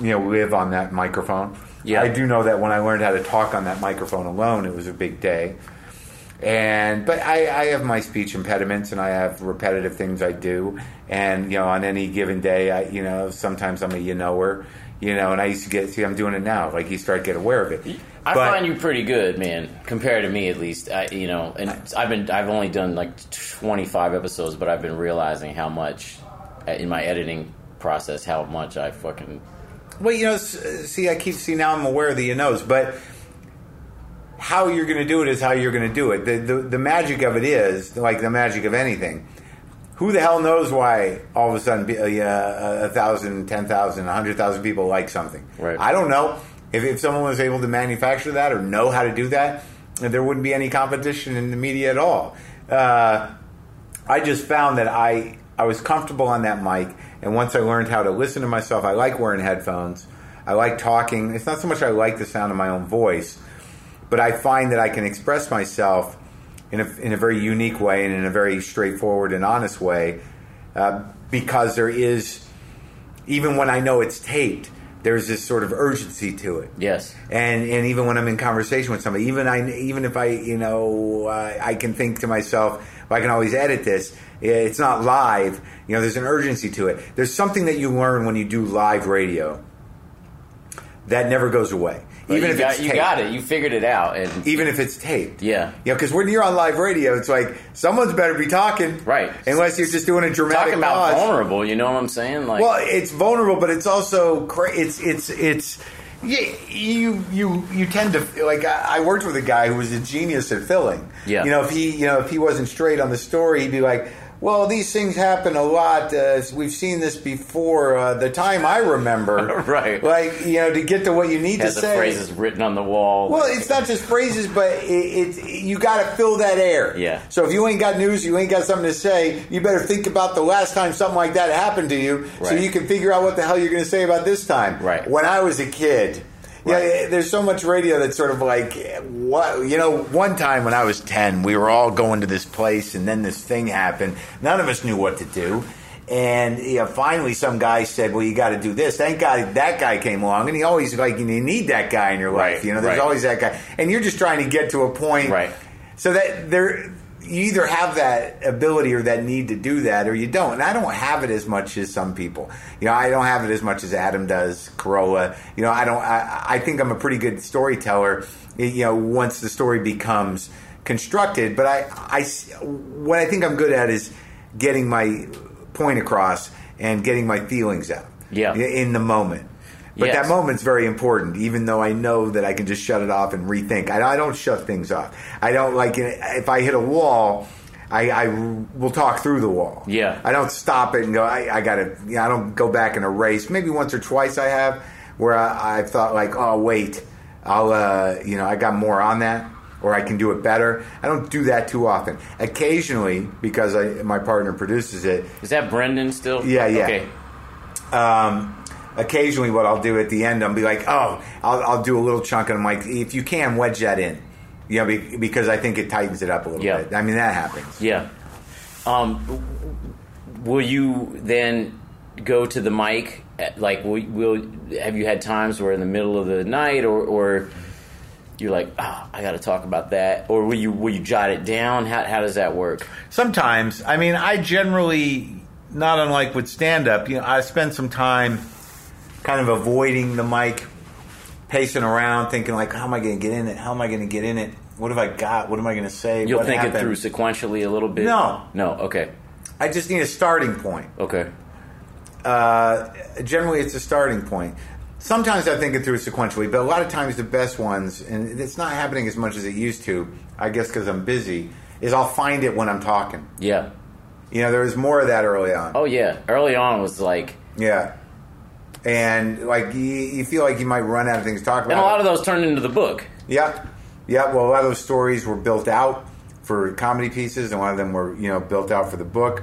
Speaker 3: you know, live on that microphone.
Speaker 1: Yeah.
Speaker 3: I do know that when I learned how to talk on that microphone alone, it was a big day. And but I, I have my speech impediments and I have repetitive things I do. And you know, on any given day, I you know sometimes I'm a you knower, you know. And I used to get see I'm doing it now. Like you start to get aware of it.
Speaker 1: I
Speaker 3: But-
Speaker 1: find you pretty good, man, compared to me at least. I, you know, and I've been I've only done like 25 episodes, but I've been realizing how much uh, in my editing process how much I fucking
Speaker 3: Well, you know, s- uh, see, I keep see now I'm aware of the you knows, but how you're going to do it is how you're going to do it. The, the the magic of it is like the magic of anything. Who the hell knows why all of a sudden be- uh, yeah, a thousand, ten thousand, a hundred thousand people like something?
Speaker 1: Right.
Speaker 3: I don't know if if someone was able to manufacture that or know how to do that, there wouldn't be any competition in the media at all. Uh, I just found that I I was comfortable on that mic, and once I learned how to listen to myself, I like wearing headphones. I like talking. It's not so much I like the sound of my own voice, but I find that I can express myself in a, in a very unique way and in a very straightforward and honest way uh, because there is, even when I know it's taped, there's this sort of urgency to it
Speaker 1: yes.
Speaker 3: and and even when I'm in conversation with somebody, even I even if I you know uh, I can think to myself, well, I can always edit this. eh, It's not live. You know, there's an urgency to it. There's something that you learn when you do live radio that never goes away.
Speaker 1: But
Speaker 3: even
Speaker 1: you
Speaker 3: if
Speaker 1: got,
Speaker 3: it's
Speaker 1: you
Speaker 3: taped.
Speaker 1: got it, you figured it out, and
Speaker 3: Even if it's taped.
Speaker 1: Yeah.
Speaker 3: You know, because when you're on live radio, it's like someone's better be talking,
Speaker 1: Right.
Speaker 3: Unless you're just doing a dramatic
Speaker 1: talking about
Speaker 3: pause.
Speaker 1: vulnerable, you know what I'm saying? Like,
Speaker 3: Well, it's vulnerable, but it's also cra- it's it's it's y- you you you tend to like I I worked with a guy who was a genius at filling.
Speaker 1: Yeah.
Speaker 3: you know if he you know if he wasn't straight on the story, he'd be like. Well, these things happen a lot. Uh, we've seen this before. Uh, the time I remember,
Speaker 1: <laughs> Right.
Speaker 3: Like you know, to get to what you need
Speaker 1: has
Speaker 3: to
Speaker 1: the
Speaker 3: say.
Speaker 1: phrases written on the wall.
Speaker 3: Well, it's not just phrases, but it, it's you got to fill that air.
Speaker 1: Yeah.
Speaker 3: So if you ain't got news, you ain't got something to say. You better think about the last time something like that happened to you, so
Speaker 1: Right.
Speaker 3: you can figure out what the hell you're going to say about this time.
Speaker 1: Right.
Speaker 3: When I was a kid. Yeah,
Speaker 1: Right.
Speaker 3: there's so much radio that's sort of like what you know. One time when I was ten, we were all going to this place, and then this thing happened. None of us knew what to do, and you know, finally, some guy said, "Well, you got to do this." Thank God that guy came along, and he always like you need that guy in your life.
Speaker 1: Right,
Speaker 3: You know, there's
Speaker 1: right.
Speaker 3: always that guy, and you're just trying to get to a point,
Speaker 1: Right.
Speaker 3: So that there, you either have that ability or that need to do that, or you don't. And I don't have it as much as some people. You know, I don't have it as much as Adam does, Corolla. You know, I don't. I, I think I'm a pretty good storyteller. You know, once the story becomes constructed, but I, I, s- what I think I'm good at is getting my point across and getting my feelings out.
Speaker 1: Yeah.
Speaker 3: in the moment. But
Speaker 1: Yes.
Speaker 3: that moment's very important, even though I know that I can just shut it off and rethink. I, I don't shut things off. I don't like if I hit a wall. I, I will talk through the wall.
Speaker 1: Yeah.
Speaker 3: I don't stop it and go. I, I gotta. You know, I don't go back and erase. Maybe once or twice I have where I, I thought like, oh wait, I'll uh, you know I got more on that, or I can do it better. I don't do that too often. Occasionally, because I, my partner produces it,
Speaker 1: Is that Brendan still?
Speaker 3: Yeah, yeah.
Speaker 1: Okay.
Speaker 3: occasionally what I'll do at the end, I'll be like, oh, I'll, I'll do a little chunk, and I'm like, if you can, wedge that in. You know, be, because I think it tightens it up a little
Speaker 1: Yeah.
Speaker 3: bit. I mean, that happens.
Speaker 1: Yeah. Um, w- w- will you then go to the mic? at- Like, will, will have you had times where in the middle of the night, or, or you're like, oh, I got to talk about that, or will you will you jot it down? How, how does that work?
Speaker 3: Sometimes, I mean, I generally, not unlike with stand up, you know, I spend some time kind of avoiding the mic, pacing around, thinking, like, how am I going to get in it? How am I going to get in it? What have I got? What am I going to say?
Speaker 1: You'll
Speaker 3: What
Speaker 1: think it
Speaker 3: happened?
Speaker 1: through sequentially a little bit.
Speaker 3: No.
Speaker 1: no, okay,
Speaker 3: I just need a starting point.
Speaker 1: okay,
Speaker 3: uh, generally it's a starting point. Sometimes I think it through sequentially, but a lot of times the best ones, and it's not happening as much as it used to, I guess because I'm busy, is I'll find it when I'm talking.
Speaker 1: yeah,
Speaker 3: You know, there was more of that early on.
Speaker 1: oh yeah. Early on it was like,
Speaker 3: Yeah. And, like, you, you feel like you might run out of things to talk about.
Speaker 1: and a lot of those turned into the book.
Speaker 3: Yep. Yep. Well, a lot of those stories were built out for comedy pieces, and a lot of them were, you know, built out for the book.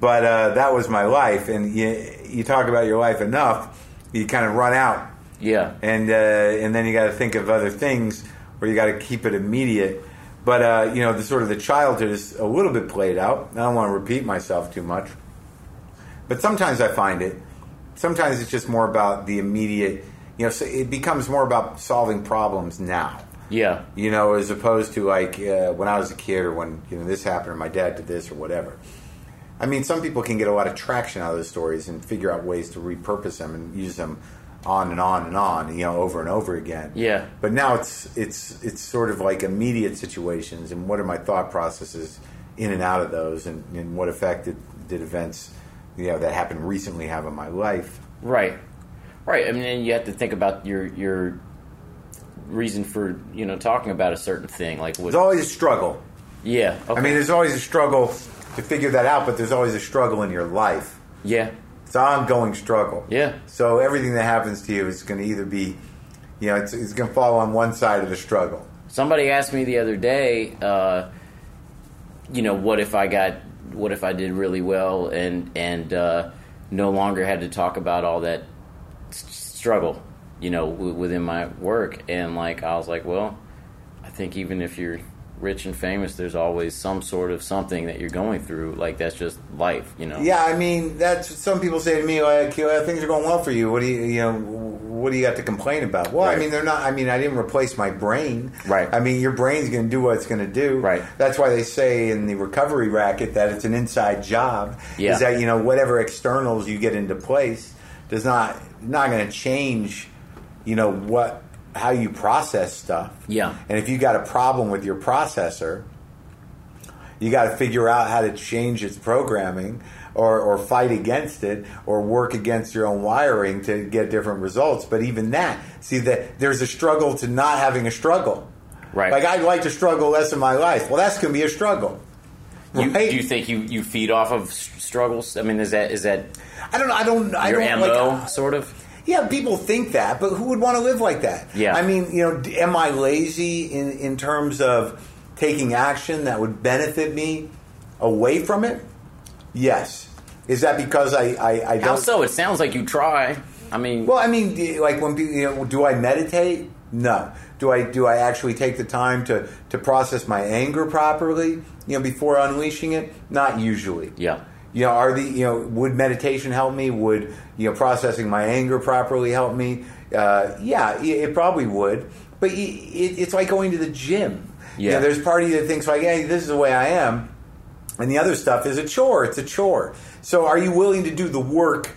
Speaker 3: But uh, that was my life, and you, you talk about your life enough, you kind of run out,
Speaker 1: Yeah,
Speaker 3: and uh, and then you got to think of other things, or you got to keep it immediate. But uh, you know, the sort of the childhood is a little bit played out. I don't want to repeat myself too much, but sometimes I find it. Sometimes it's just more about the immediate. You know, so it becomes more about solving problems now
Speaker 1: yeah,
Speaker 3: you know, as opposed to like uh, when I was a kid or when you know this happened or my dad did this or whatever. I mean, some people can get a lot of traction out of those stories and figure out ways to repurpose them and use them on and on and on, you know, over and over again.
Speaker 1: Yeah.
Speaker 3: But now it's it's it's sort of like immediate situations and what are my thought processes in and out of those and, and what effect did, did events you know that happened recently have on my life.
Speaker 1: Right, right. I mean, and you have to think about your your reason for you know talking about a certain thing, like what?
Speaker 3: There's always a struggle.
Speaker 1: yeah, okay.
Speaker 3: I mean, there's always a struggle to figure that out, but there's always a struggle in your life.
Speaker 1: yeah,
Speaker 3: It's an ongoing struggle.
Speaker 1: Yeah.
Speaker 3: So everything that happens to you is going to either be, you know, it's, it's going to fall on one side of the struggle.
Speaker 1: Somebody asked me the other day, uh, you know, what if I got, what if I did really well and and uh, no longer had to talk about all that s- struggle, you know, w- within my work? And like, I was like, well, I think even if you're rich and famous, there's always some sort of something that you're going through. Like that's just life, you know.
Speaker 3: Yeah, I mean, that's what some people say to me, like, you know, things are going well for you. What do you, you know, what do you got to complain about? Well, I
Speaker 1: Right.
Speaker 3: mean, they're not. I mean, I didn't replace my brain.
Speaker 1: Right.
Speaker 3: I mean, your brain's going to do what it's going to do.
Speaker 1: Right.
Speaker 3: That's why they say in the recovery racket that it's an inside job.
Speaker 1: Yeah.
Speaker 3: Is that you know whatever externals you get into place does not not going to change. You know what how you process stuff.
Speaker 1: Yeah.
Speaker 3: And if you got a problem with your processor, you got to figure out how to change its programming or, or fight against it or work against your own wiring to get different results. But even that, see that there's a struggle to not having a struggle.
Speaker 1: Right.
Speaker 3: Like I'd like to struggle less in my life. Well, that's going to be a struggle.
Speaker 1: You,
Speaker 3: Right?
Speaker 1: Do you think you, you feed off of s- struggles? I mean, is that is that
Speaker 3: I don't. I don't. I
Speaker 1: your
Speaker 3: don't.
Speaker 1: mo
Speaker 3: Like,
Speaker 1: sort of?
Speaker 3: Yeah, people think that, but who would want to live like that?
Speaker 1: Yeah.
Speaker 3: I mean, you know, d- am I lazy in, in terms of taking action that would benefit me away from it? Yes. Is that because I, I, I don't.
Speaker 1: How so? It sounds like you try. I mean,
Speaker 3: Well, I mean, d- like when people, you know, do I meditate? No. Do I do I actually take the time to to process my anger properly? You know, before unleashing it? Not usually.
Speaker 1: yeah,
Speaker 3: You know, are the you know would meditation help me? Would you know processing my anger properly help me? Uh, yeah, it, it probably would. But y- it, it's like going to the gym. Yeah.
Speaker 1: Yeah.
Speaker 3: there's part of you that thinks like, hey, this is the way I am, and the other stuff is a chore. It's a chore. So are you willing to do the work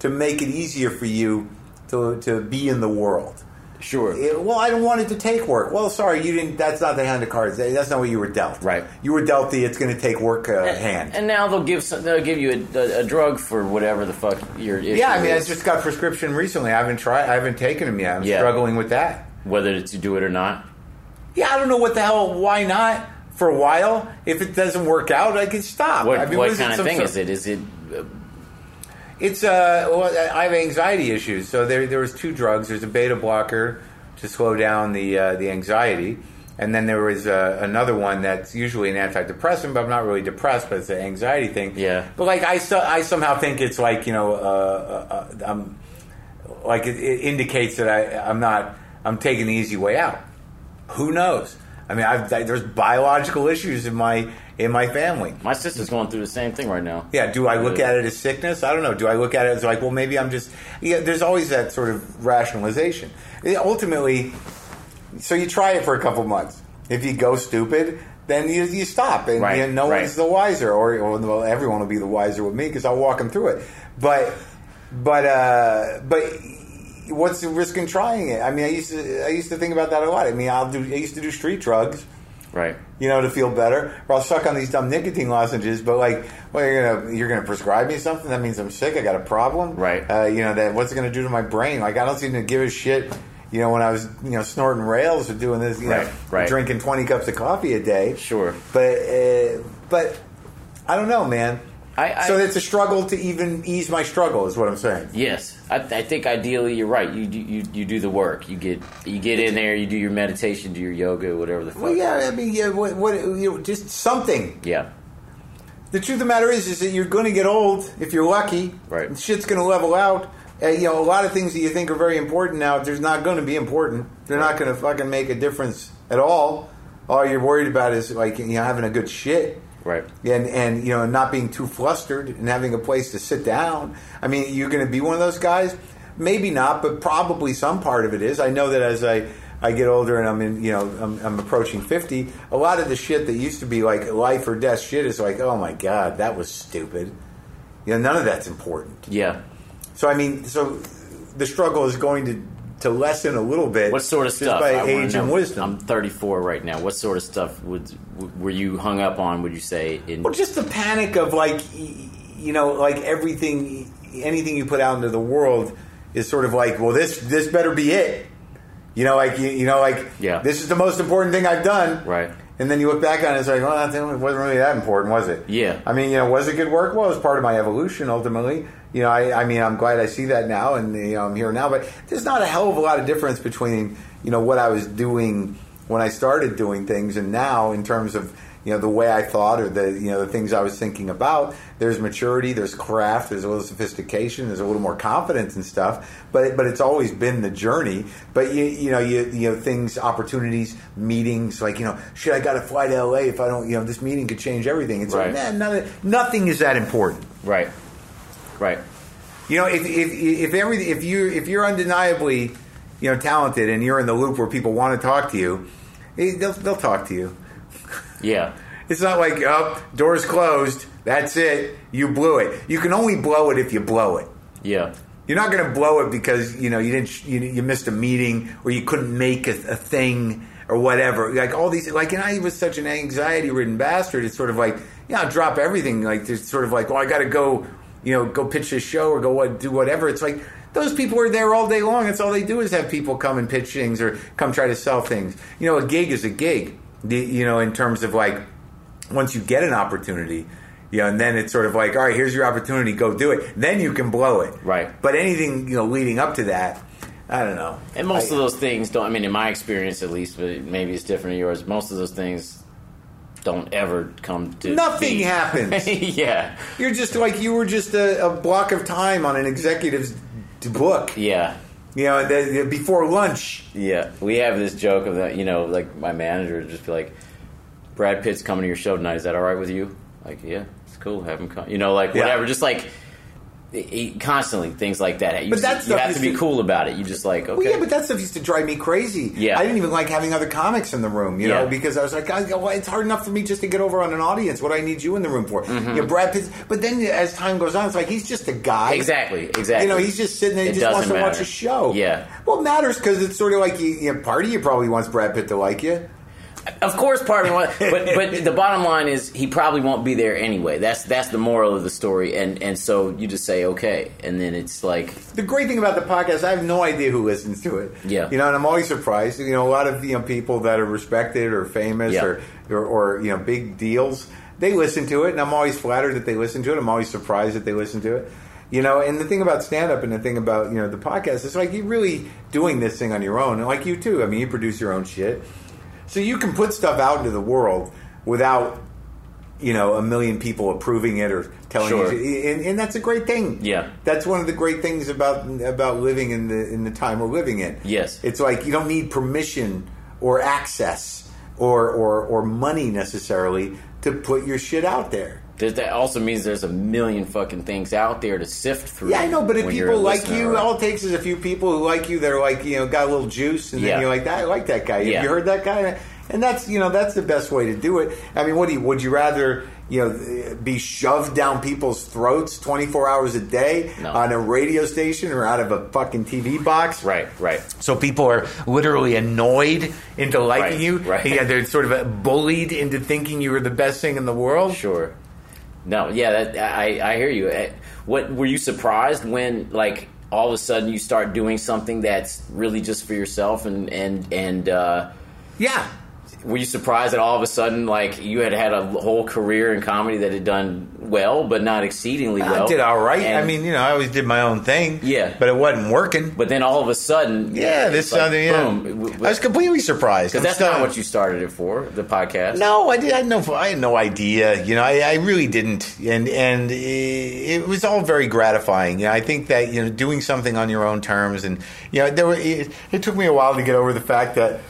Speaker 3: to make it easier for you to to be in the world?
Speaker 1: Sure.
Speaker 3: It- well, I don't want it to take work. Well, sorry, you didn't. That's not the hand of cards. That- That's not what you were dealt.
Speaker 1: Right.
Speaker 3: You were dealt the it's going to take work uh, hand.
Speaker 1: And now they'll give some, they'll give you a, a, a drug for whatever the fuck your issue
Speaker 3: yeah, I mean, I
Speaker 1: is,
Speaker 3: just got prescription recently. I haven't tried. I haven't taken them yet. I'm
Speaker 1: Yeah.
Speaker 3: struggling with that.
Speaker 1: whether to do it or not.
Speaker 3: Yeah, I don't know what the hell. Why not? For a while, if it doesn't work out, I can stop.
Speaker 1: What
Speaker 3: I mean,
Speaker 1: what
Speaker 3: is it,
Speaker 1: kind of
Speaker 3: some
Speaker 1: thing
Speaker 3: sort-
Speaker 1: is it? Is it uh,
Speaker 3: It's uh, well, I have anxiety issues. So there, there was two drugs. There's a beta blocker to slow down the uh, the anxiety, and then there was uh, another one that's usually an antidepressant, but I'm not really depressed, but it's an anxiety thing.
Speaker 1: Yeah.
Speaker 3: But like I, so, I somehow think it's like you know, uh, uh, uh, um, like it, it indicates that I, I'm not, I'm taking the easy way out. Who knows? I mean, I've, there's biological issues in my in my family.
Speaker 1: my sister's going through the same thing right now?
Speaker 3: Yeah, do I look at it as sickness? I don't know. Do I look at it as like, well, maybe I'm just. Yeah, there's always that sort of rationalization. Yeah, ultimately, so you try it for a couple months. If you go stupid, then you, you stop, and
Speaker 1: Right,
Speaker 3: you know, no
Speaker 1: right.
Speaker 3: one's the wiser, or or, well, everyone will be the wiser with me because I'll walk them through it. But but uh, but what's the risk in trying it? I mean, I used to I used to think about that a lot. I mean, I'll do I used to do street drugs
Speaker 1: Right.
Speaker 3: you know, to feel better, or I'll suck on these dumb nicotine lozenges. But like, well, you're gonna you're gonna prescribe me something that means I'm sick. I got a problem,
Speaker 1: Right.
Speaker 3: Uh, you know that what's it gonna do to my brain? Like, I don't seem to give a shit. You know, when I was you know snorting rails or doing this, you
Speaker 1: Right,
Speaker 3: know,
Speaker 1: right.
Speaker 3: drinking twenty cups of coffee a day,
Speaker 1: Sure.
Speaker 3: But uh, but I don't know, man.
Speaker 1: I, I
Speaker 3: so it's a struggle to even ease my struggle, is what I'm saying.
Speaker 1: Yes, I, I think ideally you're right. You, do- you you do the work. You get you get in there. You do your meditation, do your yoga, whatever the fuck.
Speaker 3: Well, yeah, I mean, yeah, what, what you know, just something.
Speaker 1: yeah,
Speaker 3: the truth of the matter is, is that you're going to get old if you're lucky.
Speaker 1: Right.
Speaker 3: And Shit's going to level out. Uh, you know, a lot of things that you think are very important now, there's not going to be important. They're not going to fucking make a difference at all. All you're worried about is like you know having a good shit.
Speaker 1: Right.
Speaker 3: And and you know not being too flustered and having a place to sit down. I mean, you're going to be one of those guys. Maybe not, but probably some part of it is. I know that as I I get older and I'm in, you know, I'm, I'm approaching 50. A lot of the shit that used to be like life or death shit is like, oh my god, that was stupid. You know, none of that's important.
Speaker 1: yeah.
Speaker 3: So I mean, so the struggle is going to to lessen a little bit.
Speaker 1: What sort of
Speaker 3: just
Speaker 1: stuff?
Speaker 3: by
Speaker 1: I wanna
Speaker 3: age and
Speaker 1: know.
Speaker 3: wisdom?
Speaker 1: I'm 34 right now. What sort of stuff would w- were you hung up on? Would you say in
Speaker 3: Well, just the panic of like, y- you know, like everything, anything you put out into the world is sort of like, well, this this better be it. You know, like you, you know, like
Speaker 1: Yeah.
Speaker 3: this is the most important thing I've done.
Speaker 1: Right.
Speaker 3: And then you look back on it, it's like, well, it wasn't really that important, was it?
Speaker 1: Yeah.
Speaker 3: I mean, you know, was it good work? Well, it was part of my evolution ultimately. You know, I, I mean, I'm glad I see that now and, you know, I'm here now, but there's not a hell of a lot of difference between, you know, what I was doing when I started doing things and now in terms of, you know, the way I thought or the, you know, the things I was thinking about. There's maturity, there's craft, there's a little sophistication, there's a little more confidence and stuff, but, but it's always been the journey. But you, you know, you, you know, things, opportunities, meetings, like, you know, shit, I got to fly to LA if I don't, you know, this meeting could change everything. It's
Speaker 1: Right.
Speaker 3: like, man, none of- nothing is that important.
Speaker 1: right, right,
Speaker 3: You know, if if if every if you if you're undeniably, you know, talented and you're in the loop where people want to talk to you, eh, they'll they'll talk to you.
Speaker 1: yeah,
Speaker 3: It's not like oh, doors closed. That's it. You blew it. You can only blow it if you blow it.
Speaker 1: yeah,
Speaker 3: You're not going to blow it because you know you didn't sh- you, you missed a meeting or you couldn't make a, a thing or whatever. Like all these, like and I was such an anxiety-ridden bastard. It's sort of like yeah, I'll drop everything. Like it's sort of like well, I got to go, you know, go pitch this show or go what, do whatever. It's like those people are there all day long. That's all they do is have people come and pitch things or come try to sell things. You know, a gig is a gig. The- You know, in terms of like once you get an opportunity, you know, and then it's sort of like, all right, here's your opportunity, go do it. Then you can blow it,
Speaker 1: Right.
Speaker 3: But anything you know leading up to that, I don't know.
Speaker 1: And most
Speaker 3: I-
Speaker 1: of those things don't. I mean, in my experience at least, but maybe it's different in yours. Most of those things don't ever come to
Speaker 3: nothing
Speaker 1: be. <laughs>
Speaker 3: happens.
Speaker 1: yeah,
Speaker 3: You're just like you were just a, a block of time on an executive's d- book,
Speaker 1: yeah.
Speaker 3: you know, the, before lunch.
Speaker 1: Yeah, we have this joke of that. You know, like my manager would just be like, "Brad Pitt's coming to your show tonight. Is that all right with you?" Like, yeah, it's cool. Have him come. You know, like
Speaker 3: Yeah.
Speaker 1: whatever. Just like e- constantly things like that. You,
Speaker 3: But
Speaker 1: just-
Speaker 3: that
Speaker 1: you
Speaker 3: stuff
Speaker 1: have
Speaker 3: is
Speaker 1: to be
Speaker 3: the-
Speaker 1: cool about it. You just like okay,
Speaker 3: Well, yeah, but that stuff used to drive me crazy.
Speaker 1: Yeah.
Speaker 3: I didn't even like having other comics in the room, you know,
Speaker 1: Yeah.
Speaker 3: because I was like, I, well, it's hard enough for me just to get over on an audience. What do I need you in the room for?
Speaker 1: Mm-hmm.
Speaker 3: Yeah, Brad Pitt. But then as time goes on, it's like he's just a guy.
Speaker 1: exactly, exactly.
Speaker 3: You know, he's just sitting there. He
Speaker 1: It
Speaker 3: just wants to
Speaker 1: doesn't
Speaker 3: watch
Speaker 1: matter.
Speaker 3: a show.
Speaker 1: Yeah.
Speaker 3: Well, it matters because it's sort of like you, you know, part of you probably wants Brad Pitt to like you.
Speaker 1: of course, part of me. wa- But
Speaker 3: <laughs>
Speaker 1: but the bottom line is he probably won't be there anyway. That's that's the moral of the story. And and so you just say okay, and then it's like
Speaker 3: The great thing about the podcast, I have no idea who listens to it.
Speaker 1: Yeah.
Speaker 3: You know, and I'm always surprised. You know, a lot of you know people that are respected or famous
Speaker 1: Yeah.
Speaker 3: or, or or you know big deals, they listen to it, and I'm always flattered that they listen to it. I'm always surprised that they listen to it. You know, and the thing about stand up and the thing about, you know, the podcast is like you're really doing this thing on your own. And like you too. I mean, you produce your own shit. So you can put stuff out into the world without you know, a million people approving it or telling
Speaker 1: Sure.
Speaker 3: you, and, and that's a great thing.
Speaker 1: Yeah.
Speaker 3: that's one of the great things about about living in the in the time we're living in.
Speaker 1: Yes.
Speaker 3: it's like you don't need permission or access or or, or money necessarily to put your shit out there.
Speaker 1: That, that also means there's a million fucking things out there to sift through.
Speaker 3: Yeah, I know, but if
Speaker 1: when you're
Speaker 3: people
Speaker 1: a
Speaker 3: like
Speaker 1: listener,
Speaker 3: you,
Speaker 1: right?
Speaker 3: all it takes is a few people who like you that are like, you know, got a little juice, and
Speaker 1: Yeah.
Speaker 3: then you're like, I like that guy.
Speaker 1: Yeah.
Speaker 3: You heard that guy? And that's, you know, that's the best way to do it. I mean, what do you, would you rather, you know, be shoved down people's throats 24 hours a day
Speaker 1: No.
Speaker 3: on a radio station or out of a fucking TV box?
Speaker 1: right, right.
Speaker 3: So people are literally annoyed into liking
Speaker 1: Right,
Speaker 3: you.
Speaker 1: right.
Speaker 3: Yeah, they're sort of bullied into thinking you were the best thing in the world.
Speaker 1: Sure. No, yeah, that, I I hear you. Eh, What were you surprised when like all of a sudden you start doing something that's really just for yourself and and and uh,
Speaker 3: Yeah.
Speaker 1: were you surprised that all of a sudden like you had had a whole career in comedy that had done well but not exceedingly well?
Speaker 3: I did all right. I
Speaker 1: And-
Speaker 3: mean, you know, I always did my own thing.
Speaker 1: Yeah.
Speaker 3: but it wasn't working.
Speaker 1: but then all of a sudden,
Speaker 3: Yeah, this
Speaker 1: it's like,
Speaker 3: sounded. Yeah.
Speaker 1: boom. W- w-
Speaker 3: I was completely surprised.
Speaker 1: Because
Speaker 3: I'm
Speaker 1: that's not
Speaker 3: stunned.
Speaker 1: what you started it for, the podcast.
Speaker 3: No, I did. I had no. I had no idea. You know, I, I really didn't. And and it, it was all very gratifying. You know, I think that you know doing something on your own terms, and you know, there were. It, it took me a while to get over the fact that.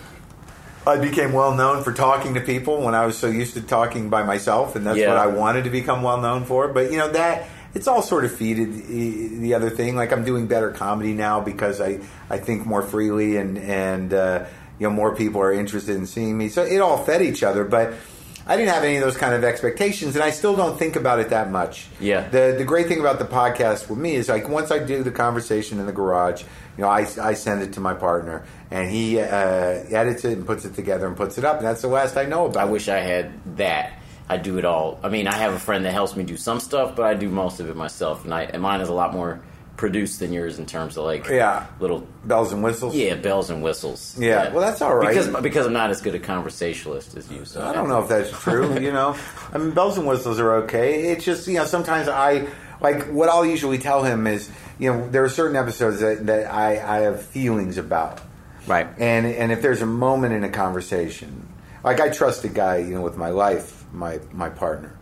Speaker 3: I became well known for talking to people when I was so used to talking by myself, and that's
Speaker 1: Yeah.
Speaker 3: what I wanted to become well known for. But you know that it's all sort of feeded eh, the other thing. Like I'm doing better comedy now because I I think more freely and and uh, you know more people are interested in seeing me. So it all fed each other, but. I didn't have any of those kind of expectations, and I still don't think about it that much.
Speaker 1: Yeah.
Speaker 3: The the great thing about the podcast with me is like once I do the conversation in the garage, you know, I, I send it to my partner, and he uh, edits it and puts it together and puts it up, and that's the last I know about.
Speaker 1: I
Speaker 3: it.
Speaker 1: wish I had that. I do it all. I mean, I have a friend that helps me do some stuff, but I do most of it myself. And, I, and mine is a lot more produced than yours in terms of like
Speaker 3: Yeah.
Speaker 1: little
Speaker 3: bells and whistles.
Speaker 1: yeah bells and whistles.
Speaker 3: Yeah, well, that's all right.
Speaker 1: because because I'm not as good a conversationalist as you. So
Speaker 3: I don't know if that's true. You know, I mean, bells and whistles are okay. It's just you know sometimes I like what I'll usually tell him is you know there are certain episodes that, that I I have feelings about,
Speaker 1: Right.
Speaker 3: And and if there's a moment in a conversation, like I trust a guy you know with my life, my my partner,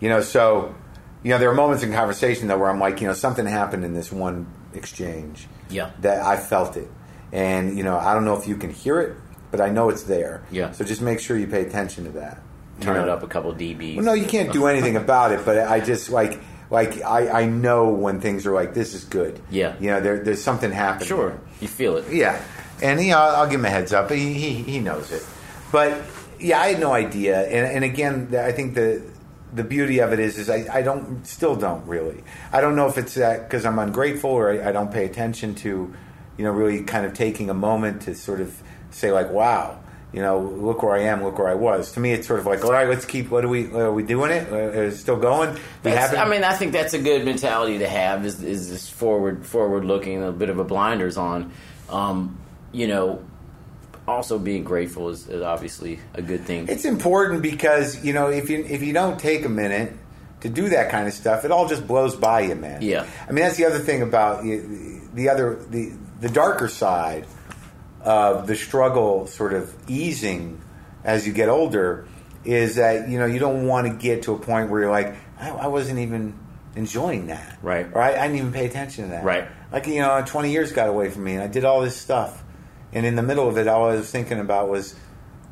Speaker 3: you know, so you know there are moments in conversation though where I'm like you know something happened in this one exchange,
Speaker 1: Yeah.
Speaker 3: that I felt it, and you know I don't know if you can hear it, but I know it's there,
Speaker 1: Yeah.
Speaker 3: So just make sure you pay attention to that.
Speaker 1: Turn
Speaker 3: You know?
Speaker 1: it up a couple dBs.
Speaker 3: Well, no, you can't do
Speaker 1: <laughs>
Speaker 3: anything about it. But I just like like I, I know when things are like this is good.
Speaker 1: Yeah.
Speaker 3: You know, there, there's something happening.
Speaker 1: sure, you feel it.
Speaker 3: Yeah, and you know, I'll give him a heads up. He he, he knows it, but yeah, I had no idea. And, and again, I think the the beauty of it is is I, I don't still don't really. I don't know if it's that because I'm ungrateful or I, I don't pay attention to, you know, really kind of taking a moment to sort of say like, wow. You know, look where I am. Look where I was. To me, it's sort of like, all right, let's keep. What are we? Are we doing it? Are we still going? We
Speaker 1: That's-
Speaker 3: haven't-
Speaker 1: I mean, I think that's a good mentality to have. Is is this forward forward looking, a bit of a blinders on. Um, you know, also being grateful is, is obviously a good thing.
Speaker 3: It's important because you know if you if you don't take a minute to do that kind of stuff, it all just blows by you, man.
Speaker 1: Yeah.
Speaker 3: I mean that's the other thing about the, the other the the darker side of the struggle sort of easing as you get older is that you know you don't want to get to a point where you're like I, I wasn't even enjoying that,
Speaker 1: Right.
Speaker 3: Or I, I didn't even pay attention to that,
Speaker 1: Right.
Speaker 3: Like you know, 20 years got away from me, and I did all this stuff, and in the middle of it, all I was thinking about was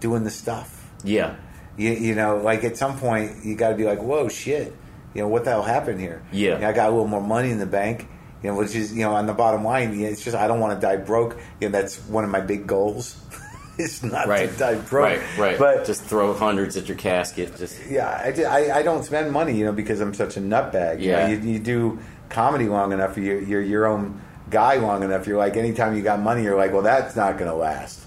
Speaker 3: doing the stuff.
Speaker 1: Yeah,
Speaker 3: You, you know, like at some point, you got to be like, whoa, shit. you know, what the hell happened here?
Speaker 1: Yeah.
Speaker 3: You know, I got a little more money in the bank, you know, which is, you know, on the bottom line, you know, it's just I don't want to die broke. You know, that's one of my big goals. <laughs> it's not
Speaker 1: Right.
Speaker 3: to die broke.
Speaker 1: Right. Right.
Speaker 3: But
Speaker 1: just throw hundreds at your casket. Just
Speaker 3: yeah, I, ju- I, I don't spend money, you know, because I'm such a nutbag. You know,
Speaker 1: Yeah.
Speaker 3: You, you, do comedy long enough, you're, you're your own guy long enough. You're like, anytime you got money, you're like, well, that's not going to last.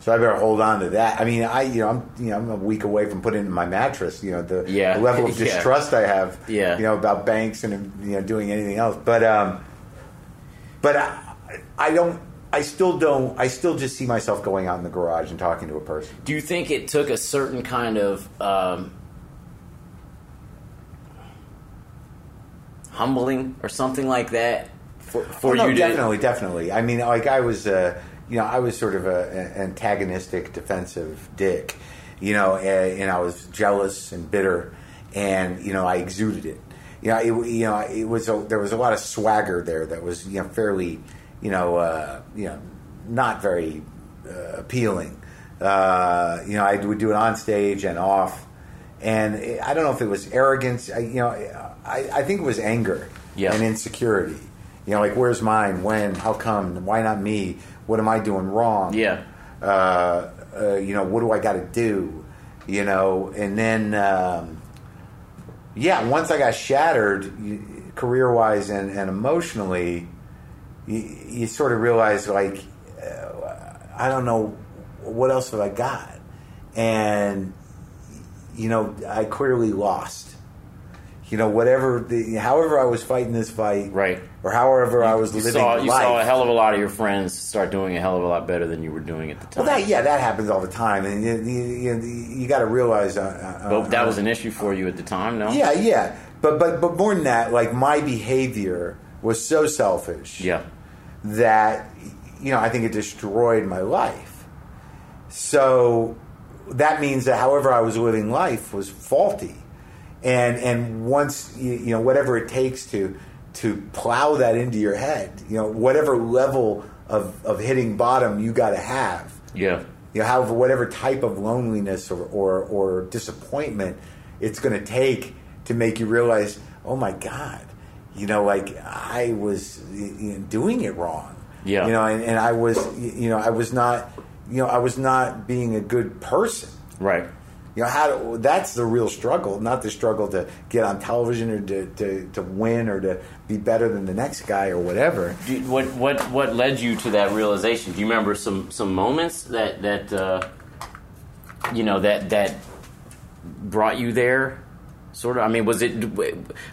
Speaker 3: So I better hold on to that. I mean, I you know I'm you know I'm a week away from putting it in my mattress. You know the,
Speaker 1: Yeah.
Speaker 3: the level of
Speaker 1: <laughs> Yeah.
Speaker 3: distrust I have.
Speaker 1: Yeah.
Speaker 3: You know about banks and you know doing anything else. But um, but I, I don't. I still don't. I still just see myself going out in the garage and talking to a person.
Speaker 1: Do you think it took a certain kind of um, humbling or something like that for, for
Speaker 3: Oh, no,
Speaker 1: you to?
Speaker 3: definitely, definitely. I mean, like I was, uh, you know, I was sort of a, an antagonistic, defensive dick, you know, and, and I was jealous and bitter, and you know, I exuded it. You know, it, you know, it was a, there was a lot of swagger there that was you know fairly, you know, uh, you know, not very uh, appealing. Uh, you know, I would do it on stage and off, and it, I don't know if it was arrogance. I, you know, I, I think it was anger
Speaker 1: Yeah.
Speaker 3: and insecurity. You know, like where's mine? When? How come? Why not me? What am I doing wrong?
Speaker 1: Yeah.
Speaker 3: Uh, uh, you know, what do I got to do? You know, and then um, yeah, once I got shattered career wise and, and emotionally, you, you sort of realize like uh, I don't know what else have I got, and you know I clearly lost. You know, whatever the however I was fighting this fight,
Speaker 1: Right.
Speaker 3: or however I was
Speaker 1: You
Speaker 3: living
Speaker 1: saw,
Speaker 3: life.
Speaker 1: you saw a hell of a lot of your friends start doing a hell of a lot better than you were doing at the time.
Speaker 3: well, that yeah, that happens all the time, and you, you, you, you got to realize. Uh, uh,
Speaker 1: but that was an issue for you at the time, no?
Speaker 3: yeah, yeah, but but but more than that, like my behavior was so selfish.
Speaker 1: Yeah.
Speaker 3: that you know I think it destroyed my life. So that means that however I was living life was faulty, and and once you, you know whatever it takes to to plow that into your head, you know whatever level of of hitting bottom you got to have,
Speaker 1: Yeah.
Speaker 3: you know however whatever type of loneliness or or, or disappointment it's going to take to make you realize, oh my god, you know like I was y- you know, doing it wrong,
Speaker 1: Yeah.
Speaker 3: you know, and, and I was y- you know I was not you know I was not being a good person.
Speaker 1: Right.
Speaker 3: You know how to, that's the real struggle, not the struggle to get on television or to, to, to win or to be better than the next guy or whatever.
Speaker 1: Do you- what what what led you to that realization? Do you remember some some moments that that uh, you know that that brought you there? Sort of. I mean, was it?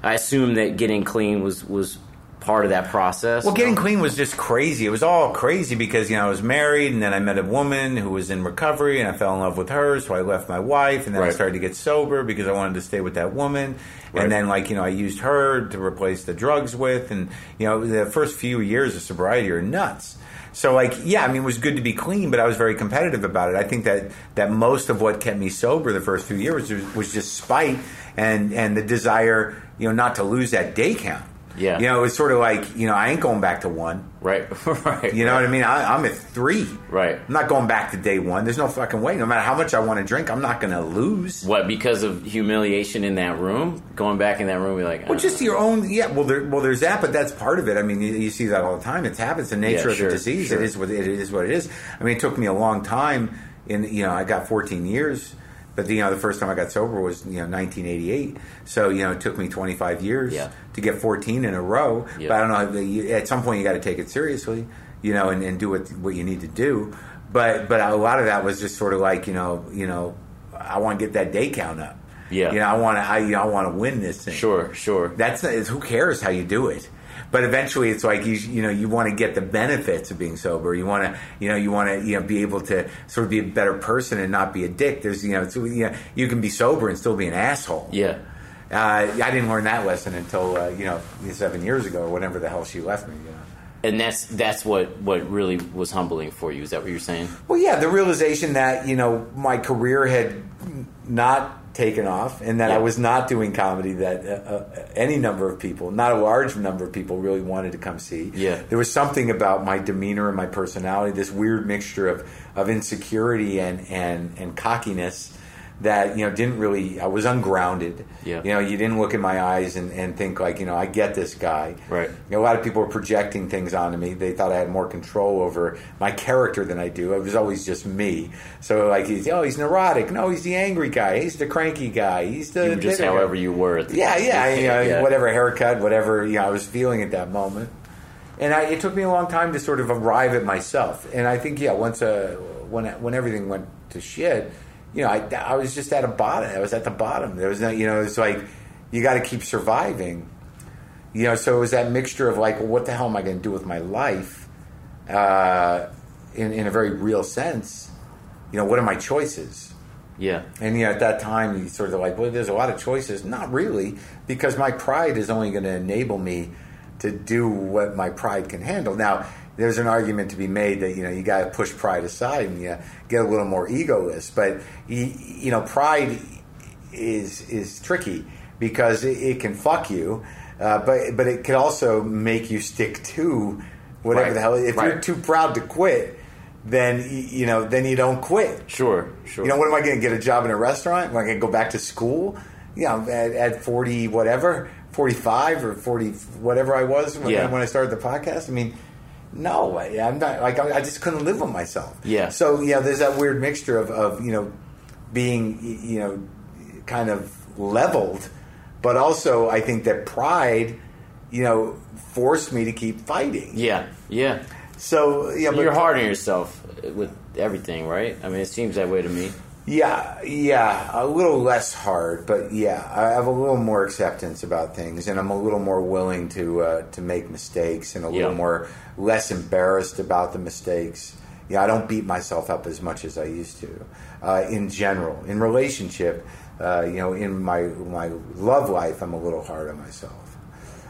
Speaker 1: I assume that getting clean was was part of that process.
Speaker 3: Well, getting clean was just crazy. It was all crazy because you know I was married, and then I met a woman who was in recovery, and I fell in love with her. So I left my wife, and then I
Speaker 1: Right.
Speaker 3: started to get sober because I wanted to stay with that woman.
Speaker 1: Right.
Speaker 3: And then, like you know, I used her to replace the drugs with, and you know, the first few years of sobriety are nuts. So, like, yeah, I mean, it was good to be clean, but I was very competitive about it. I think that that most of what kept me sober the first few years was, was just spite and and the desire, you know, not to lose that day count.
Speaker 1: Yeah.
Speaker 3: you know, it was sort of like you know I ain't going back to one.
Speaker 1: right, <laughs> right.
Speaker 3: You know what I mean? I, I'm at three.
Speaker 1: Right.
Speaker 3: I'm not going back to day one. There's no fucking way. No matter how much I want to drink, I'm not going to lose.
Speaker 1: What because of humiliation in that room? Going back in that room, be like,
Speaker 3: Well,
Speaker 1: uh,
Speaker 3: just your own. Yeah. Well, there, well, there's that, but that's part of it. I mean, you, you see that all the time. It happens. The nature
Speaker 1: Yeah,
Speaker 3: of
Speaker 1: sure,
Speaker 3: the disease.
Speaker 1: sure.
Speaker 3: It is what it is. What it is. I mean, it took me a long time. In you know, I got 14 years, but you know, the first time I got sober was you know 1988. So you know, it took me 25 years
Speaker 1: Yeah.
Speaker 3: to get 14 in a row.
Speaker 1: Yeah.
Speaker 3: But I don't know. the- you- At some point, you got to take it seriously. You know, and, and do what what you need to do. But but a lot of that was just sort of like you know you know I want to get that day count up.
Speaker 1: Yeah.
Speaker 3: You know, I want to I you know, I want to win this thing
Speaker 1: sure, sure.
Speaker 3: that's not, it's, who cares how you do it but eventually it's like you you know you want to get the benefits of being sober you want to you know you want to you know be able to sort of be a better person and not be a dick there's you know, it's, you, know you can be sober and still be an asshole
Speaker 1: yeah,
Speaker 3: uh, I didn't learn that lesson until uh, you know seven years ago or whenever the hell she left me you know
Speaker 1: and that's that's what what really was humbling for you. Is that what you're saying?
Speaker 3: Well, yeah, the realization that you know my career had not taken off, and that
Speaker 1: Yeah.
Speaker 3: I was not doing comedy that uh, uh, any number of people, not a large number of people, really wanted to come see.
Speaker 1: Yeah.
Speaker 3: there was something about my demeanor and my personality, this weird mixture of of insecurity and and and cockiness. that you know didn't really. I was ungrounded.
Speaker 1: Yeah.
Speaker 3: You know, you didn't look in my eyes and, and think like you know I get this guy.
Speaker 1: Right.
Speaker 3: You know, a lot of people were projecting things onto me. They thought I had more control over my character than I do. It was always just me. So like he's oh he's neurotic. No, he's the angry guy. He's the cranky guy. He's the
Speaker 1: You were just
Speaker 3: bitter guy."
Speaker 1: however you were. At the
Speaker 3: Yeah, yeah, I- you know,
Speaker 1: Yeah.
Speaker 3: whatever haircut, whatever you know, I was feeling at that moment, and I, it took me a long time to sort of arrive at myself. And I think, yeah, once uh, when when everything went to shit, you know, I, I was just at a bottom. I was at the bottom. There was no, you know, it's like you got to keep surviving. You know, so it was that mixture of like, well, what the hell am I going to do with my life? Uh, in in a very real sense, you know, what are my choices?
Speaker 1: Yeah.
Speaker 3: And you know, at that time, you sort of like, well, there's a lot of choices. Not really, because my pride is only going to enable me to do what my pride can handle. Now, there's an argument to be made that you know you got to push pride aside and you get a little more egoless. But you, you know, pride is is tricky because it, it can fuck you, uh, but but it can also make you stick to whatever
Speaker 1: Right.
Speaker 3: the hell. If you're
Speaker 1: Right.
Speaker 3: too proud to quit, then y- you know then you don't quit.
Speaker 1: Sure. Sure.
Speaker 3: You know, what am I going to get a job in a restaurant? Am I going to go back to school? You know, at, at 40, whatever, 45 or 40, whatever I was when,
Speaker 1: Yeah.
Speaker 3: when I started the podcast. I mean, no, I, I'm not, like, I, I just couldn't live with myself.
Speaker 1: Yeah.
Speaker 3: So, you know, there's that weird mixture of, of you know, being, y- you know, kind of leveled, but also I think that pride, you know, forced me to keep fighting.
Speaker 1: Yeah. Yeah.
Speaker 3: So, yeah, but
Speaker 1: You're hard on yourself with everything, right? I mean, it seems that way to me.
Speaker 3: Yeah, yeah, a little less hard, but yeah, I have a little more acceptance about things, and I'm a little more willing to uh, to make mistakes, and a little
Speaker 1: Yeah.
Speaker 3: more less embarrassed about the mistakes. Yeah, I don't beat myself up as much as I used to. Uh, in general, in relationship, uh, you know, in my my love life, I'm a little hard on myself,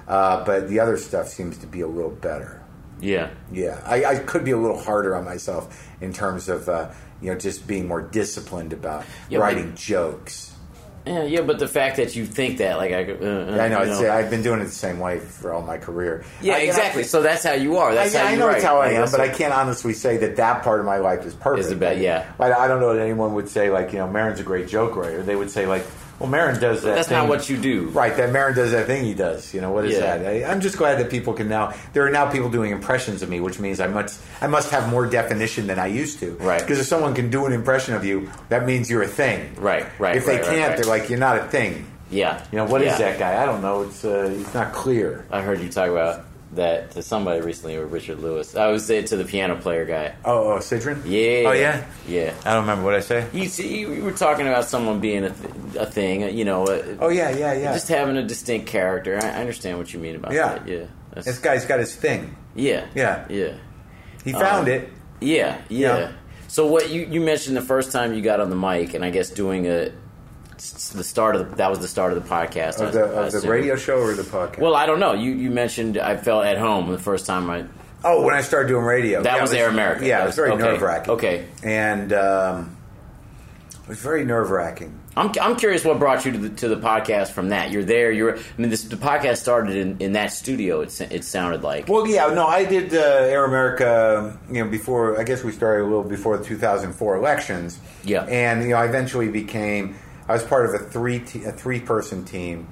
Speaker 3: uh, but the other stuff seems to be a little better.
Speaker 1: Yeah.
Speaker 3: Yeah, I, I could be a little harder on myself in terms of uh, you know just being more disciplined about
Speaker 1: Yeah, but-
Speaker 3: writing jokes.
Speaker 1: Yeah, yeah, but the fact that you think that, like, I, uh, uh,
Speaker 3: I know,
Speaker 1: you
Speaker 3: it's, I've been doing it the same way for all my career.
Speaker 1: yeah,
Speaker 3: I-
Speaker 1: exactly. so that's how you are.
Speaker 3: I,
Speaker 1: That's how
Speaker 3: I
Speaker 1: you
Speaker 3: know
Speaker 1: write.
Speaker 3: it's how I
Speaker 1: Like,
Speaker 3: am,
Speaker 1: that's
Speaker 3: but I
Speaker 1: what-
Speaker 3: can't honestly say that that part of my life is perfect.
Speaker 1: Is the best, yeah.
Speaker 3: Like, I don't know that anyone would say like you know Maron's a great joke writer. They would say like, well, Maron does that.
Speaker 1: That's not
Speaker 3: thing-
Speaker 1: what you do.
Speaker 3: Right, that Marin does that thing he does. You know what is
Speaker 1: Yeah.
Speaker 3: that? I, I'm just glad that people can now. There are now people doing impressions of me, which means I must I must have more definition than I used to.
Speaker 1: Right.
Speaker 3: Because if someone can do an impression of you, that means you're a thing.
Speaker 1: Right, right,
Speaker 3: If they
Speaker 1: right, right,
Speaker 3: can't,
Speaker 1: right.
Speaker 3: they're like you're not a thing.
Speaker 1: Yeah.
Speaker 3: You know what is
Speaker 1: Yeah.
Speaker 3: that guy? I don't know. It's uh, it's not clear.
Speaker 1: I heard you talk about that to somebody recently, or Richard Lewis. I always say it to the piano player guy.
Speaker 3: Oh, oh Citron.
Speaker 1: Yeah.
Speaker 3: Oh yeah.
Speaker 1: Yeah.
Speaker 3: I don't remember what I say.
Speaker 1: You see, you were talking about someone being a, th- a thing, uh, you know, uh,
Speaker 3: Oh yeah, yeah, yeah.
Speaker 1: just having a distinct character. I, I understand what you mean about
Speaker 3: Yeah.
Speaker 1: that. Yeah. That's-
Speaker 3: this guy's got his thing.
Speaker 1: yeah.
Speaker 3: Yeah.
Speaker 1: Yeah.
Speaker 3: He found
Speaker 1: Um,
Speaker 3: it.
Speaker 1: Yeah, yeah.
Speaker 3: Yeah.
Speaker 1: So what you you mentioned the first time you got on the mic, and I guess doing a s- the start of the, that was the start of the podcast I-
Speaker 3: Of the,
Speaker 1: I
Speaker 3: of the
Speaker 1: assume.
Speaker 3: radio show or the podcast?
Speaker 1: Well, I don't know. You you mentioned I felt at home the first time I
Speaker 3: oh, when I started doing radio,
Speaker 1: that
Speaker 3: Yeah,
Speaker 1: was
Speaker 3: it
Speaker 1: Air America.
Speaker 3: Yeah,
Speaker 1: That
Speaker 3: it was very
Speaker 1: okay,
Speaker 3: nerve wracking.
Speaker 1: Okay,
Speaker 3: and um, it was very nerve wracking.
Speaker 1: I'm I'm curious what brought you to the to the podcast from that. You're there. You're I mean this the podcast started in, in that studio. It sa- it sounded like
Speaker 3: Well, yeah, no, I did uh, Air America, you know, before I guess we started a little before the 2004 elections.
Speaker 1: Yeah.
Speaker 3: and you know, I eventually became I was part of a three te- a three person team,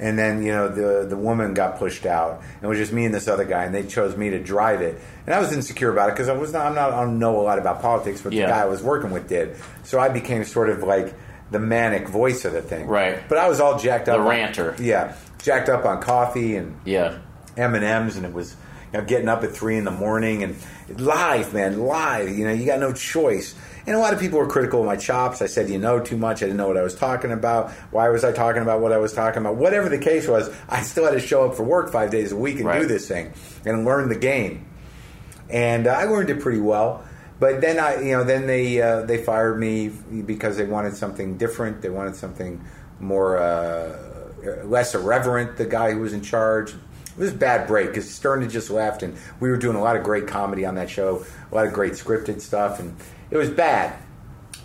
Speaker 3: and then you know the the woman got pushed out, and it was just me and this other guy, and they chose me to drive it, and I was insecure about it because I was not I'm not I don't know a lot about politics, but
Speaker 1: Yeah.
Speaker 3: the guy I was working with did, so I became sort of like the manic voice of the thing,
Speaker 1: Right.
Speaker 3: But I was all jacked up, on-
Speaker 1: ranter.
Speaker 3: yeah, jacked up on coffee and
Speaker 1: yeah.
Speaker 3: M and M's, and it was you know, getting up at three in the morning and live, man, live. You know, you got no choice. And a lot of people were critical of my chops. I said, you know, too much. I didn't know what I was talking about. Why was I talking about what I was talking about? Whatever the case was, I still had to show up for work five days a week and do
Speaker 1: Right.
Speaker 3: this thing and learn the game. And uh, I learned it pretty well. But then I, you know, then they uh, they fired me because they wanted something different. They wanted something more uh, less irreverent. The guy who was in charge. It was a bad break because Stern had just left, and we were doing a lot of great comedy on that show, a lot of great scripted stuff, and it was bad.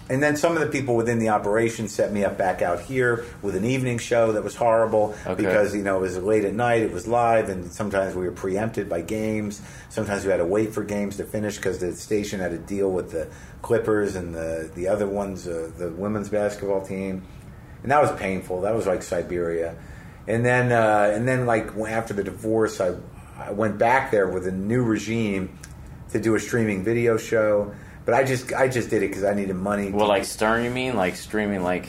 Speaker 3: and then some of the people within the operation set me up back out here with an evening show that was horrible
Speaker 1: Okay.
Speaker 3: because you know it was late at night, it was live, and sometimes we were preempted by games. Sometimes we had to wait for games to finish because the station had to deal with the Clippers and the the other ones, uh, the women's basketball team, and that was painful. That was like Siberia. And then uh, and then like after the divorce, I I went back there with a new regime to do a streaming video show. But I just I just did it because I needed money. to
Speaker 1: Well, like Stern, you mean? Like streaming, like.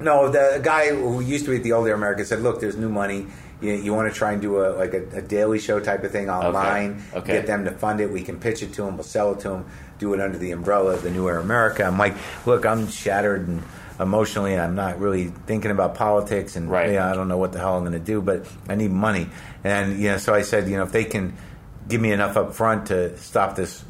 Speaker 3: no, the guy who used to be at the Old Air America said, "Look, there's new money. You, you want to try and do a like a, a daily show type of thing online.
Speaker 1: Okay.
Speaker 3: Get them to fund it. We can pitch it to them. We'll sell it to them. Do it under the umbrella of the New Air America." I'm like, "Look, I'm shattered and emotionally, and I'm not really thinking about politics, and
Speaker 1: Right.
Speaker 3: yeah, I don't know what the hell I'm going to do, but I need money." And you know, so I said, "You know, if they can give me enough up front to stop this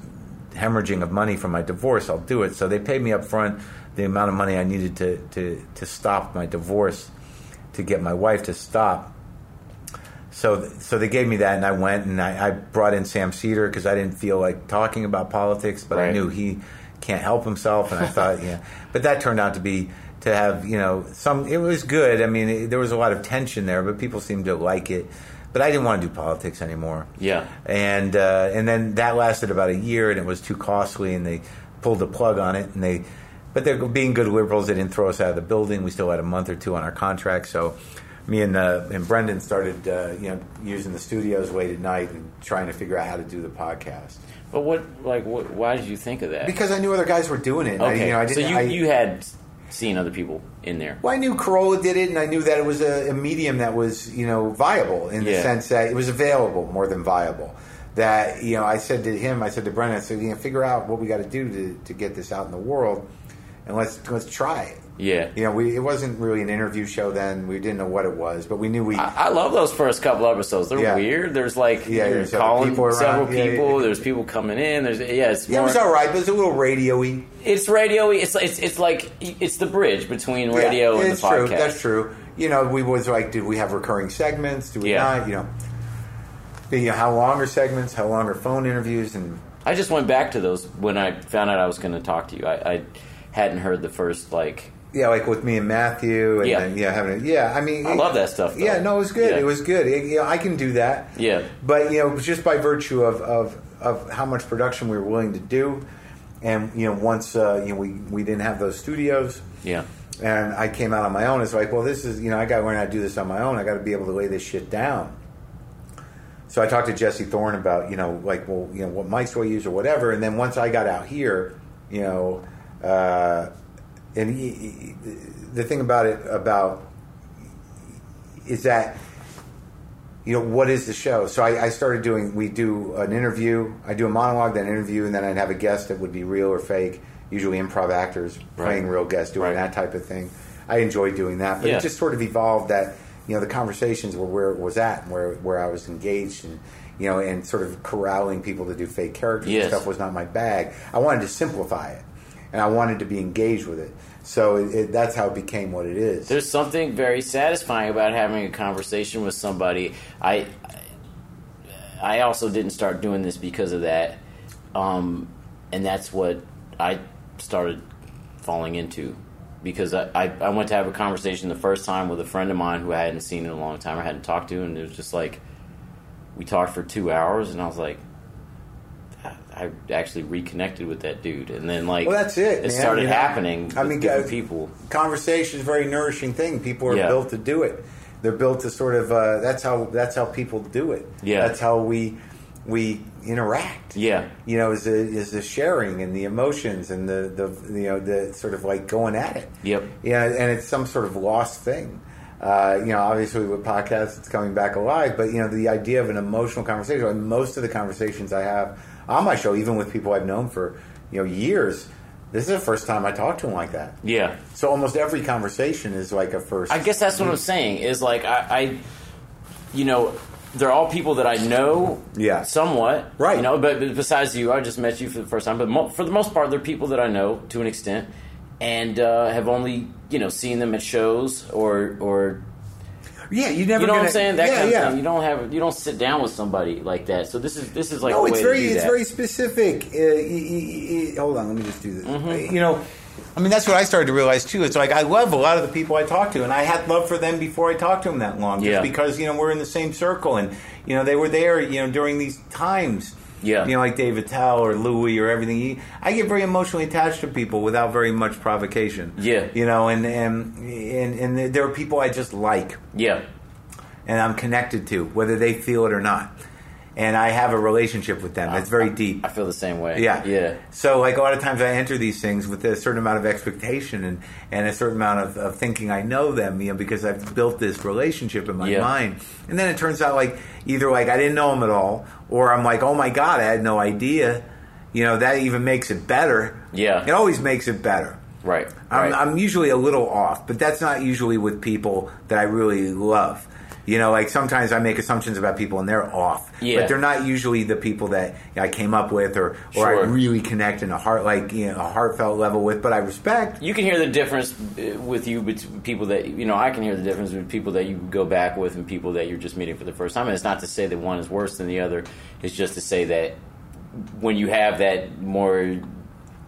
Speaker 3: hemorrhaging of money from my divorce, I'll do it. So they paid me up front the amount of money I needed to, to, to stop my divorce, to get my wife to stop. So, so they gave me that, and I went and I, I brought in Sam Cedar because I didn't feel like talking about politics, but I
Speaker 1: Right.
Speaker 3: knew he can't help himself, and I thought, yeah. But that turned out to be to have you know some. It was good. I mean, it, there was a lot of tension there, but people seemed to like it. But I didn't want to do politics anymore
Speaker 1: Yeah.
Speaker 3: and uh, and then that lasted about a year, and it was too costly, and they pulled the plug on it, and they. But they're being good liberals. They didn't throw us out of the building. We still had a month or two on our contract. So, me and uh, and Brendan started, uh, you know, using the studios late at night and trying to figure out how to do the podcast
Speaker 1: But what, like, what, why did you think of that?
Speaker 3: because I knew other guys were doing it. and
Speaker 1: okay.
Speaker 3: I, you know, I
Speaker 1: so
Speaker 3: didn't,
Speaker 1: you,
Speaker 3: I-
Speaker 1: you had seen other people in there.
Speaker 3: Well, I knew Corolla did it, and I knew that it was a, a medium that was, you know, viable in the
Speaker 1: Yeah.
Speaker 3: sense that it was available more than viable. That you know, I said to him, I said to Brennan, I said, you know, figure out what we got to do to to get this out in the world, and let's let's try it.
Speaker 1: Yeah.
Speaker 3: You know, we it wasn't really an interview show then; we didn't know what it was, but we knew we.
Speaker 1: I, I love those first couple episodes. They're
Speaker 3: Yeah.
Speaker 1: weird. There's like
Speaker 3: Yeah,
Speaker 1: you're
Speaker 3: there's other
Speaker 1: calling
Speaker 3: people around.
Speaker 1: several
Speaker 3: Yeah, yeah,
Speaker 1: people.
Speaker 3: yeah.
Speaker 1: There's people coming in. There's yeah, it's
Speaker 3: yeah, it
Speaker 1: more,
Speaker 3: was all right, but it was a little radio-y.
Speaker 1: it's radio. It's it's it's like it's the bridge between
Speaker 3: Yeah,
Speaker 1: radio and the
Speaker 3: it's
Speaker 1: podcast.
Speaker 3: True. That's true. You know, we was like, do we have recurring segments? Do we
Speaker 1: Yeah.
Speaker 3: not? You know, you know, how long are segments? How long are phone interviews? And
Speaker 1: I just went back to those when I found out I was going to talk to you. I, I hadn't heard the first like
Speaker 3: Yeah, like with me and Matthew, and
Speaker 1: Yeah.
Speaker 3: then, yeah, having a, yeah. I mean,
Speaker 1: I love that stuff, though.
Speaker 3: Yeah, no, it was good.
Speaker 1: Yeah.
Speaker 3: It was good. It- you know, I can do that.
Speaker 1: Yeah.
Speaker 3: but you know, just by virtue of of, of how much production we were willing to do, and you know, once uh, you know, we we didn't have those studios,
Speaker 1: yeah
Speaker 3: and I came out on my own. It's like, well, this is you know, I got to learn how to do this on my own. I got to be able to lay this shit down. So I talked to Jesse Thorne about you know like well you know what mics do I use or whatever, and then once I got out here, you know, uh, and he, he- the thing about it about is that you know what is the show? So I, I started doing. We do an interview. I do a monologue, then interview, and then I'd have a guest that would be real or fake. Usually improv actors playing real guests, doing
Speaker 1: Right.
Speaker 3: that type of thing. I enjoy doing that, but
Speaker 1: Yeah.
Speaker 3: it just sort of evolved that you know the conversations were where it was at and where where I was engaged and you know and sort of corralling people to do fake characters
Speaker 1: Yes.
Speaker 3: and stuff was not my bag. I wanted to simplify it, and I wanted to be engaged with it. So it, it, that's how it became what it is.
Speaker 1: There's something very satisfying about having a conversation with somebody. I I also didn't start doing this because of that, um, and that's what I started falling into because I, I, I went to have a conversation the first time with a friend of mine who I hadn't seen in a long time or hadn't talked to, and it was just like we talked for two hours, and I was like. I- I actually reconnected with that dude, and then like
Speaker 3: Well, that's it,
Speaker 1: It
Speaker 3: man.
Speaker 1: started
Speaker 3: You know,
Speaker 1: happening.
Speaker 3: I
Speaker 1: with
Speaker 3: mean,
Speaker 1: different
Speaker 3: guys-
Speaker 1: people.
Speaker 3: conversation is a very nourishing thing. People are
Speaker 1: Yeah.
Speaker 3: built to do it. They're built to sort of uh, that's how that's how people do it.
Speaker 1: Yeah.
Speaker 3: that's how we we interact.
Speaker 1: Yeah,
Speaker 3: you know, is the is the sharing and the emotions and the the you know the sort of like going at it.
Speaker 1: Yep.
Speaker 3: Yeah, and it's some sort of lost thing. Uh, you know, obviously with podcasts, it's coming back alive. But you know, the idea of an emotional conversation. Like most of the conversations I have on my show, even with people I've known for you know years, this is the first time I talk to them like that.
Speaker 1: yeah.
Speaker 3: So almost every conversation is like a first.
Speaker 1: I guess that's what I'm saying is like I, I you know, they're all people that I know,
Speaker 3: Yeah.
Speaker 1: somewhat,
Speaker 3: Right.
Speaker 1: You know, but, but besides you, I just met you for the first time. But mo- for the most part, they're people that I know to an extent, and uh, have only you know seen them at shows or or
Speaker 3: yeah, you never.
Speaker 1: you know what
Speaker 3: gonna-
Speaker 1: I'm saying. That
Speaker 3: yeah,
Speaker 1: kind of
Speaker 3: yeah.
Speaker 1: thing. You don't have you don't sit down with somebody like that. So this is this is like
Speaker 3: no,
Speaker 1: a
Speaker 3: it's
Speaker 1: way
Speaker 3: very
Speaker 1: to do
Speaker 3: it's
Speaker 1: that. Mm-hmm.
Speaker 3: very specific. Uh, e- e- e- hold on, let me just do this. You know, I mean, that's what I started to realize too. It's like I love a lot of the people I talk to, and I had love for them before I talked to them that long,
Speaker 1: Yeah.
Speaker 3: just because you know we're in the same circle, and you know they were there, you know, during these times.
Speaker 1: Yeah.
Speaker 3: you know, like David Tell or Louis or everything. I get very emotionally attached to people without very much provocation.
Speaker 1: Yeah.
Speaker 3: you know, and and and, and there are people I just like
Speaker 1: Yeah.
Speaker 3: and I'm connected to, whether they feel it or not. And I have a relationship with them. It's very deep.
Speaker 1: I feel the same way.
Speaker 3: Yeah.
Speaker 1: Yeah.
Speaker 3: So, like, a lot of times I enter these things with a certain amount of expectation and, and a certain amount of, of thinking I know them, you know, because I've built this relationship in my
Speaker 1: Yeah.
Speaker 3: mind. And then it turns out, like, either, like, I didn't know them at all, or I'm like, oh my God, I had no idea. You know, that even makes it better.
Speaker 1: Yeah.
Speaker 3: It always makes it better.
Speaker 1: Right.
Speaker 3: I'm,
Speaker 1: right.
Speaker 3: I'm usually a little off, but that's not usually with people that I really love. You know, like sometimes I make assumptions about people and they're off,
Speaker 1: Yeah.
Speaker 3: but they're not usually the people that I came up with or or
Speaker 1: Sure.
Speaker 3: I really connect in a heart like you know a heartfelt level with. But I respect.
Speaker 1: you can hear the difference uh, with you between people that you know. I can hear the difference with people that you go back with and people that you're just meeting for the first time. And it's not to say that one is worse than the other. It's just to say that when you have that more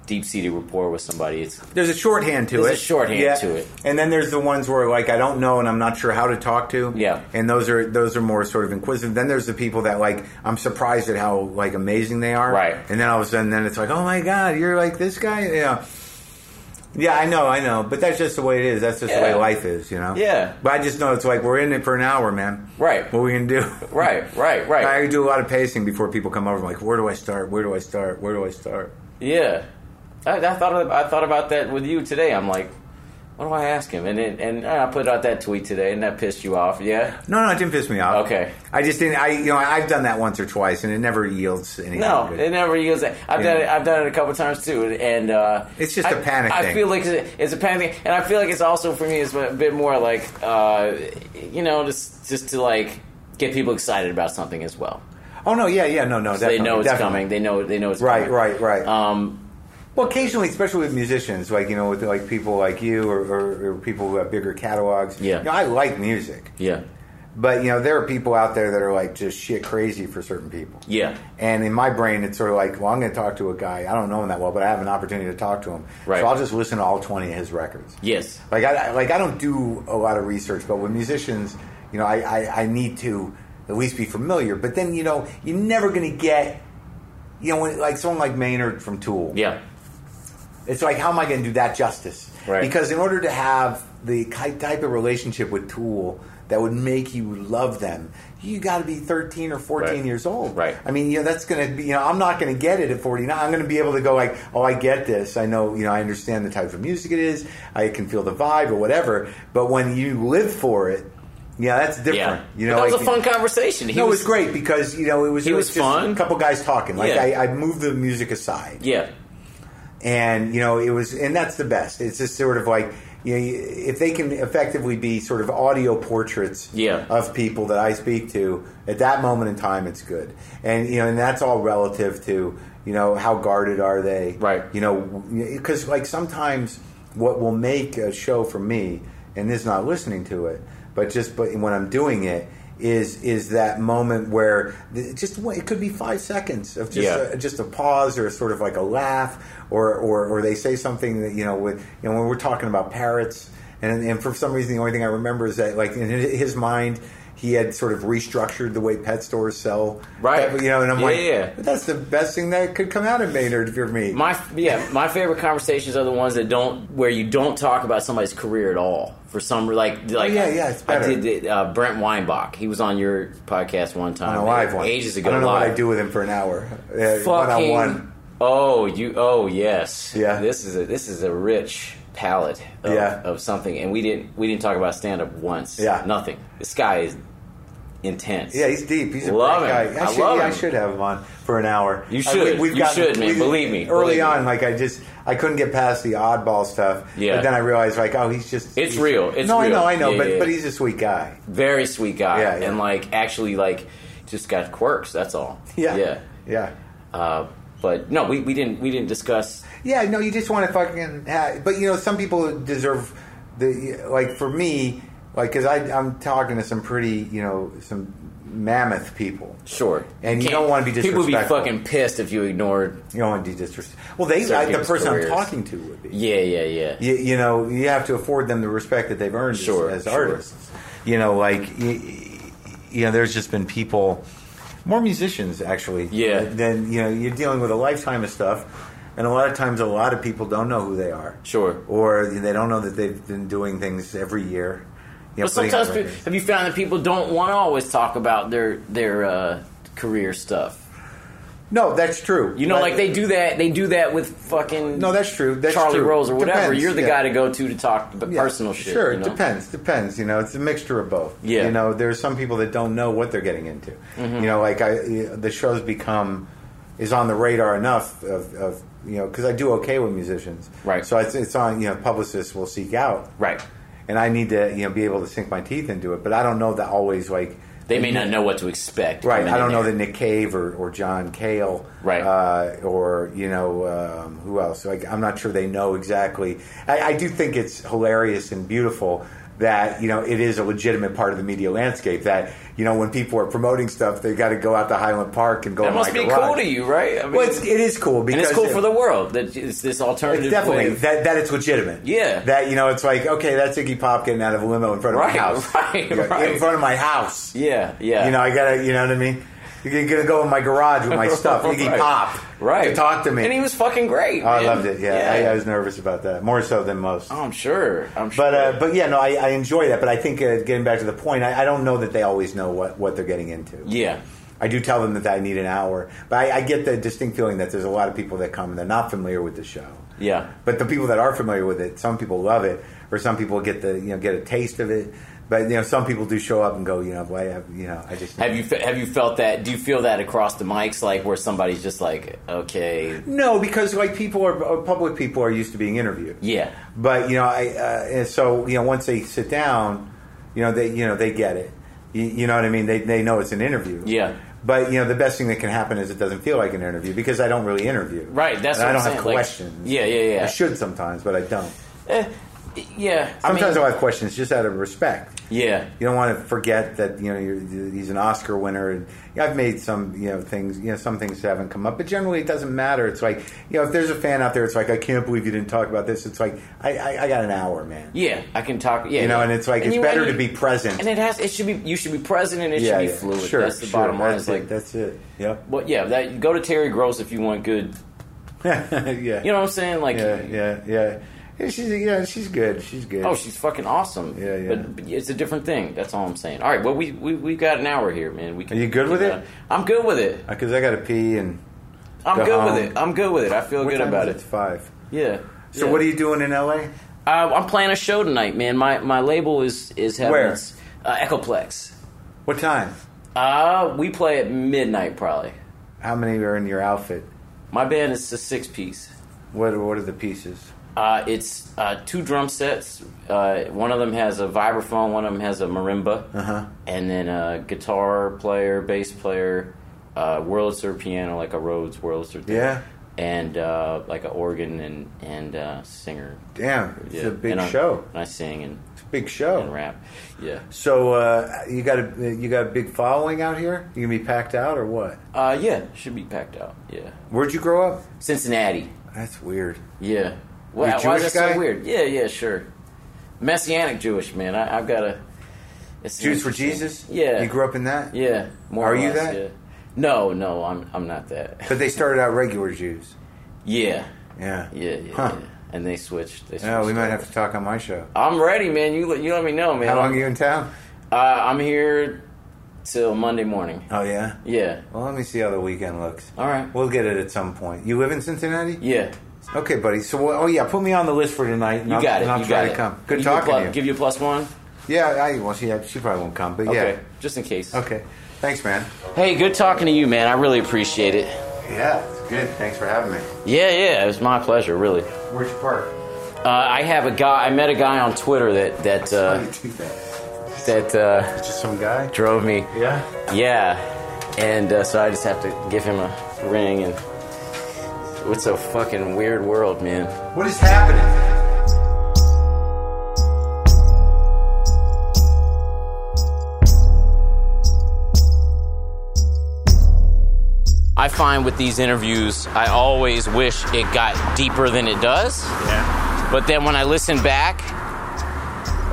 Speaker 1: deep-seated rapport with somebody, it's
Speaker 3: There's a shorthand to it.
Speaker 1: There's a shorthand to it.
Speaker 3: And then there's the ones where like I don't know and I'm not sure how to talk to.
Speaker 1: Yeah.
Speaker 3: And those are those are more sort of inquisitive. Then there's the people that like I'm surprised at how like amazing they are.
Speaker 1: Right.
Speaker 3: And then all of a sudden then it's like, Oh my god, you're like this guy? Yeah. Yeah, I know, I know. But that's just the way it is. That's just the way
Speaker 1: Yeah.
Speaker 3: life is, you know?
Speaker 1: Yeah.
Speaker 3: But I just know it's like we're in it for an hour, man.
Speaker 1: Right.
Speaker 3: What we can do.
Speaker 1: right, right, right.
Speaker 3: I do a lot of pacing before people come over. I'm like, where do I start? Where do I start? Where do I start?
Speaker 1: Yeah, I, I thought of- I thought about that with you today. I'm like, what do I ask him? And it, and I put out that tweet today, and that pissed you off. Yeah,
Speaker 3: No, no, it didn't piss me off.
Speaker 1: Okay.
Speaker 3: I just didn't. I you know I've done that once or twice, and it never yields anything.
Speaker 1: no,
Speaker 3: good.
Speaker 1: it never uses that. I've done it. I've done it a couple times too, and uh,
Speaker 3: It's just
Speaker 1: a
Speaker 3: a panic
Speaker 1: I
Speaker 3: thing.
Speaker 1: feel like it's a, it's a panic thing, and I feel like it's also for me. It's a bit more like uh, you know, just just to like get people excited about something as well.
Speaker 3: oh no, yeah, yeah, no, no.
Speaker 1: They
Speaker 3: definitely,
Speaker 1: know it's
Speaker 3: definitely.
Speaker 1: coming. They know they know it's
Speaker 3: Right,
Speaker 1: coming.
Speaker 3: right, right.
Speaker 1: Um,
Speaker 3: well, occasionally, especially with musicians, like you know, with like people like you or, or, or people who have bigger catalogs.
Speaker 1: Yeah.
Speaker 3: You know, I like music,
Speaker 1: yeah,
Speaker 3: but you know, there are people out there that are like just shit crazy for certain people.
Speaker 1: yeah,
Speaker 3: And in my brain, it's sort of like, well, I'm going to talk to a guy. I don't know him that well, but I have an opportunity to talk to him.
Speaker 1: Right.
Speaker 3: So I'll just listen to all 20 of his records.
Speaker 1: yes,
Speaker 3: Like I I- like I don't do a lot of research, but with musicians, you know, I, I, I need to at least be familiar. But then you know, you're never going to get, you know, when, like someone like Maynard from Tool.
Speaker 1: yeah,
Speaker 3: It's like how am I going to do that justice?
Speaker 1: Right.
Speaker 3: Because in order to have the ki- type of relationship with Tool that would make you love them, you got to be 13 or 14
Speaker 1: Right.
Speaker 3: years old.
Speaker 1: Right.
Speaker 3: I mean, you know, that's going to be. You know, I'm not going to get it at 49. I'm going to be able to go like, oh, I get this. I know. You know, I understand the type of music it is. I can feel the vibe or whatever. But when you live for it, yeah, that's different.
Speaker 1: yeah.
Speaker 3: You know,
Speaker 1: that was
Speaker 3: like-
Speaker 1: a fun conversation. He
Speaker 3: no,
Speaker 1: was
Speaker 3: it was great because you know it was
Speaker 1: He
Speaker 3: it
Speaker 1: was
Speaker 3: just
Speaker 1: fun.
Speaker 3: A couple guys talking. Like
Speaker 1: Yeah.
Speaker 3: I, I moved the music aside
Speaker 1: Yeah,
Speaker 3: and you know it was and that's the best it's just sort of like you know, if they can effectively be sort of audio portraits
Speaker 1: Yeah.
Speaker 3: of people that I speak to at that moment in time it's good and you know and that's all relative to you know how guarded are they
Speaker 1: Right.
Speaker 3: you know because like sometimes what will make a show for me and this is not listening to it but just but when I'm doing it is is that moment where th- just it could be five seconds of just
Speaker 1: Yeah.
Speaker 3: a, just a pause or sort of like a laugh or, or, or they say something that you know with you know when we're talking about parrots and, and for some reason the only thing I remember is that like in hi- his mind he had sort of restructured the way pet stores sell
Speaker 1: Right.
Speaker 3: you know and I'm
Speaker 1: Yeah,
Speaker 3: like
Speaker 1: yeah.
Speaker 3: that's the best thing that could come out of Maynard for me
Speaker 1: my yeah, my favorite conversations are the ones that don't where you don't talk about somebody's career at all for some like like
Speaker 3: Oh, yeah, yeah, it's
Speaker 1: I
Speaker 3: better.
Speaker 1: did the, uh, Brent Weinbach. He was on your podcast one time,
Speaker 3: on a live
Speaker 1: ages
Speaker 3: one
Speaker 1: ages ago.
Speaker 3: I don't know
Speaker 1: live.
Speaker 3: what I do with him for an hour one on
Speaker 1: Fucking.
Speaker 3: one
Speaker 1: Oh, you. Oh, yes.
Speaker 3: Yeah.
Speaker 1: This is a this is a rich palette of,
Speaker 3: Yeah.
Speaker 1: of something, and we didn't we didn't talk about stand up once.
Speaker 3: Yeah.
Speaker 1: Nothing. This guy is intense.
Speaker 3: yeah, he's deep. He's a
Speaker 1: Love
Speaker 3: great
Speaker 1: him.
Speaker 3: guy. I,
Speaker 1: I
Speaker 3: should,
Speaker 1: love
Speaker 3: yeah, I
Speaker 1: him.
Speaker 3: should have him on for an hour.
Speaker 1: You
Speaker 3: I-
Speaker 1: should. You should, man. Believe me.
Speaker 3: Early
Speaker 1: Believe me.
Speaker 3: on, like I just, I couldn't get past the oddball stuff.
Speaker 1: Yeah.
Speaker 3: But then I realized, like, oh, he's just.
Speaker 1: It's
Speaker 3: he's-
Speaker 1: real. It's
Speaker 3: no,
Speaker 1: real.
Speaker 3: I know, I know,
Speaker 1: Yeah,
Speaker 3: but
Speaker 1: yeah,
Speaker 3: but
Speaker 1: yeah.
Speaker 3: he's a sweet guy.
Speaker 1: very sweet guy,
Speaker 3: Yeah, yeah.
Speaker 1: and like actually like just got quirks. That's all.
Speaker 3: Yeah.
Speaker 1: yeah.
Speaker 3: Yeah.
Speaker 1: Uh, but no, we, we didn't we didn't discuss.
Speaker 3: Yeah, no, you just want to fucking. Have, but you know, some people deserve the like. For me, Like, because I'm talking to some pretty, you know, some mammoth people.
Speaker 1: Sure.
Speaker 3: And you
Speaker 1: Can't-
Speaker 3: don't wanna be
Speaker 1: People would be
Speaker 3: disrespectful.
Speaker 1: fucking pissed if you ignored.
Speaker 3: You don't want to be disrespectful. Well, they,
Speaker 1: Certain
Speaker 3: I, the
Speaker 1: people's
Speaker 3: person
Speaker 1: careers.
Speaker 3: I'm talking to would be.
Speaker 1: Yeah, yeah, yeah.
Speaker 3: you, you know you have to afford them the respect that they've earned as-
Speaker 1: Sure,
Speaker 3: as,
Speaker 1: sure.
Speaker 3: artists you know like y y- you know there's just been people more musicians actually
Speaker 1: Yeah.
Speaker 3: then you know you're dealing with a lifetime of stuff and a lot of times a lot of people don't know who they are
Speaker 1: Sure.
Speaker 3: or they don't know that they've been doing things every year you know,
Speaker 1: But
Speaker 3: putting
Speaker 1: sometimes,
Speaker 3: out
Speaker 1: people,
Speaker 3: records.
Speaker 1: have you found that people don't want to always talk about their their uh, career stuff?
Speaker 3: no that's true
Speaker 1: You know,
Speaker 3: But-
Speaker 1: like they do that. They do that with fucking
Speaker 3: no that's true that's
Speaker 1: Charlie
Speaker 3: true.
Speaker 1: Rose or whatever.
Speaker 3: Depends,
Speaker 1: You're the
Speaker 3: yeah.
Speaker 1: guy to go to to talk the
Speaker 3: Yeah,
Speaker 1: personal shit.
Speaker 3: Sure,
Speaker 1: you know?
Speaker 3: depends. Depends. You know, it's a mixture of both.
Speaker 1: Yeah. Mm-hmm.
Speaker 3: You know, there's some people that don't know what they're getting into. You know, like I, the show's become is on the radar enough of, of you know because I do okay with musicians.
Speaker 1: Right.
Speaker 3: So it's, it's on. You know, publicists will seek out.
Speaker 1: Right.
Speaker 3: And I need to you know be able to sink my teeth into it, but I don't know that always like
Speaker 1: They may not know what to expect.
Speaker 3: Mm-hmm. Right.
Speaker 1: coming
Speaker 3: I
Speaker 1: in
Speaker 3: don't know
Speaker 1: there.
Speaker 3: that Nick Cave or, or John Cale,
Speaker 1: Right.
Speaker 3: uh, or you know um, who else. Like, I'm not sure they know exactly. I, I do think it's hilarious and beautiful that you know it is a legitimate part of the media landscape. That you know when people are promoting stuff, they got to go out to Highland Park and go.
Speaker 1: That
Speaker 3: in
Speaker 1: must
Speaker 3: my
Speaker 1: be
Speaker 3: garage.
Speaker 1: cool to you, right? I mean,
Speaker 3: Well, it's, it is cool
Speaker 1: and
Speaker 3: because
Speaker 1: it's cool
Speaker 3: it-
Speaker 1: for the world that it's this alternative.
Speaker 3: it's definitely
Speaker 1: way.
Speaker 3: that, that it's legitimate.
Speaker 1: Yeah.
Speaker 3: that you know it's like okay, that's Iggy Pop getting out of a limo in front of
Speaker 1: Right,
Speaker 3: my house,
Speaker 1: <laughs> right,
Speaker 3: You know,
Speaker 1: right.
Speaker 3: in front of my house.
Speaker 1: yeah, yeah.
Speaker 3: You know, I gotta, you know what I mean? You're gonna go in my garage
Speaker 1: <laughs>
Speaker 3: with my stuff, Iggy
Speaker 1: Right.
Speaker 3: Pop,
Speaker 1: right?
Speaker 3: To talk to me.
Speaker 1: and he was fucking great.
Speaker 3: oh, I
Speaker 1: man.
Speaker 3: loved it. Yeah, I, I was nervous about that more so than most.
Speaker 1: Oh, I'm sure. I'm sure.
Speaker 3: But uh, but yeah, no, I, I enjoy that. But I think uh, getting back to the point, I, I don't know that they always know what what they're getting into.
Speaker 1: yeah,
Speaker 3: I do tell them that I need an hour, but I, I get the distinct feeling that there's a lot of people that come and they're not familiar with the show.
Speaker 1: yeah.
Speaker 3: But the people that are familiar with it, some people love it, or some people get the you know get a taste of it. But you know, some people do show up and go, you know, why have you know, I just
Speaker 1: Have you fe- have you felt that? Do you feel that across the mics, like where somebody's just like, okay,
Speaker 3: No, because like people are uh, public people are used to being interviewed.
Speaker 1: yeah,
Speaker 3: But you know, I uh, and so you know once they sit down, you know they you know they get it. You, you know what I mean? They they know it's an interview.
Speaker 1: Yeah.
Speaker 3: But you know the best thing that can happen is it doesn't feel like an interview because I don't really interview.
Speaker 1: right? That's
Speaker 3: And
Speaker 1: what
Speaker 3: I don't
Speaker 1: I'm
Speaker 3: have
Speaker 1: saying, like-
Speaker 3: questions.
Speaker 1: yeah, yeah, yeah.
Speaker 3: I should sometimes, but I don't.
Speaker 1: Eh, yeah, I
Speaker 3: Sometimes
Speaker 1: mean,
Speaker 3: I'll have questions just out of respect.
Speaker 1: yeah,
Speaker 3: You don't want to forget that you know you're, he's an Oscar winner, and I've made some you know things. You know some things haven't come up, but generally it doesn't matter. It's like you know if there's a fan out there, it's like I can't believe you didn't talk about this. It's like I, I, I got an hour, man.
Speaker 1: yeah. I can talk. Yeah,
Speaker 3: You know,
Speaker 1: yeah.
Speaker 3: and it's like it's
Speaker 1: you-
Speaker 3: better
Speaker 1: you-
Speaker 3: to be present.
Speaker 1: And it has. It should be. You should be present, and it should be fluid.
Speaker 3: Sure,
Speaker 1: that's the
Speaker 3: sure.
Speaker 1: bottom line.
Speaker 3: That's
Speaker 1: It's like,
Speaker 3: it. that's it. Yep. <laughs>
Speaker 1: well, yeah. That go to Terry Gross if you want good.
Speaker 3: yeah.
Speaker 1: You know what I'm saying? Like,
Speaker 3: Yeah. Yeah. Yeah. Yeah, She's yeah. She's good. She's good.
Speaker 1: oh, she's fucking awesome.
Speaker 3: Yeah, yeah.
Speaker 1: But, but it's a different thing. That's all I'm saying. All right. Well, we we we got an hour here, man. We can,
Speaker 3: Are you good
Speaker 1: we
Speaker 3: with
Speaker 1: can,
Speaker 3: it?
Speaker 1: uh, I'm good with it.
Speaker 3: Because I got to pee and.
Speaker 1: I'm
Speaker 3: Go
Speaker 1: good
Speaker 3: home.
Speaker 1: with it. I'm good with it. I feel
Speaker 3: um, What
Speaker 1: good
Speaker 3: time
Speaker 1: about
Speaker 3: is
Speaker 1: it.
Speaker 3: It's five.
Speaker 1: Yeah.
Speaker 3: So
Speaker 1: Yeah.
Speaker 3: what are you doing in L.A.?
Speaker 1: Uh, I'm playing a show tonight, man. My my label is is having
Speaker 3: Where?
Speaker 1: its- uh, Echoplex.
Speaker 3: What time?
Speaker 1: Uh, we play at midnight probably.
Speaker 3: How many are in your outfit?
Speaker 1: My band is a six piece.
Speaker 3: What What are the pieces?
Speaker 1: Uh, it's uh, two drum sets. Uh, one of them has a vibraphone. One of them has a marimba.
Speaker 3: Uh-huh.
Speaker 1: And then a guitar player, bass player, uh, Wurlitzer piano, like a Rhodes Wurlitzer. Thing.
Speaker 3: Yeah.
Speaker 1: And uh, like an organ and and uh, singer.
Speaker 3: Damn, it's
Speaker 1: Yeah.
Speaker 3: a big
Speaker 1: And I-
Speaker 3: show. Oh.
Speaker 1: And I sing and,
Speaker 3: It's a big
Speaker 1: and
Speaker 3: show.
Speaker 1: rap. Yeah.
Speaker 3: So uh, you got a you got a big following out here. You gonna be packed out or what?
Speaker 1: Uh, yeah, should be packed out. Yeah,
Speaker 3: Where'd you grow up?
Speaker 1: Cincinnati.
Speaker 3: That's weird.
Speaker 1: Yeah. Why,
Speaker 3: You a
Speaker 1: why is
Speaker 3: Jewish
Speaker 1: that so
Speaker 3: guy?
Speaker 1: weird? Yeah, yeah, sure. Messianic Jewish man. I, I've got a. It's
Speaker 3: Jews for
Speaker 1: interesting-
Speaker 3: Jesus.
Speaker 1: Yeah.
Speaker 3: you grew up in that.
Speaker 1: Yeah. More
Speaker 3: Are
Speaker 1: or
Speaker 3: you
Speaker 1: less,
Speaker 3: that?
Speaker 1: Yeah. No, no, I'm I'm not that. <laughs>
Speaker 3: But they started out regular Jews.
Speaker 1: Yeah,
Speaker 3: Yeah,
Speaker 1: yeah, yeah.
Speaker 3: Huh.
Speaker 1: yeah. And they switched. They switched
Speaker 3: Yeah, we might have to talk on my show.
Speaker 1: I'm ready, man. You let- you let me know, man.
Speaker 3: How long are you in town?
Speaker 1: Uh, I'm here till Monday morning.
Speaker 3: Oh yeah.
Speaker 1: Yeah. Oh.
Speaker 3: Well, let me see how the weekend looks.
Speaker 1: All right.
Speaker 3: We'll get it at some point. You live in Cincinnati?
Speaker 1: Yeah.
Speaker 3: Okay, buddy. So, well, oh yeah, put me on the list for tonight. And
Speaker 1: You
Speaker 3: I'll,
Speaker 1: got it.
Speaker 3: And I'll
Speaker 1: you
Speaker 3: try
Speaker 1: got
Speaker 3: to
Speaker 1: it.
Speaker 3: come. Good
Speaker 1: Give you a
Speaker 3: talking
Speaker 1: plu-
Speaker 3: to you.
Speaker 1: Give you a plus one.
Speaker 3: Yeah, I well, she she probably won't come, but
Speaker 1: Okay.
Speaker 3: yeah.
Speaker 1: Just in case.
Speaker 3: Okay. Thanks, man.
Speaker 1: Hey, good talking to you, man. I really appreciate it.
Speaker 3: Yeah, it's good. Thanks for having me.
Speaker 1: Yeah, yeah, it was my pleasure, really.
Speaker 3: Where's your park?
Speaker 1: Uh, I have a guy. I met a guy on Twitter that that uh, that uh,
Speaker 3: Just some guy.
Speaker 1: drove me.
Speaker 3: Yeah.
Speaker 1: Yeah, and uh, so I just have to give him a ring. And it's a fucking weird world, man.
Speaker 3: What is happening?
Speaker 6: find with these interviews, I always wish it got deeper than it does.
Speaker 7: Yeah.
Speaker 6: But then when I listen back,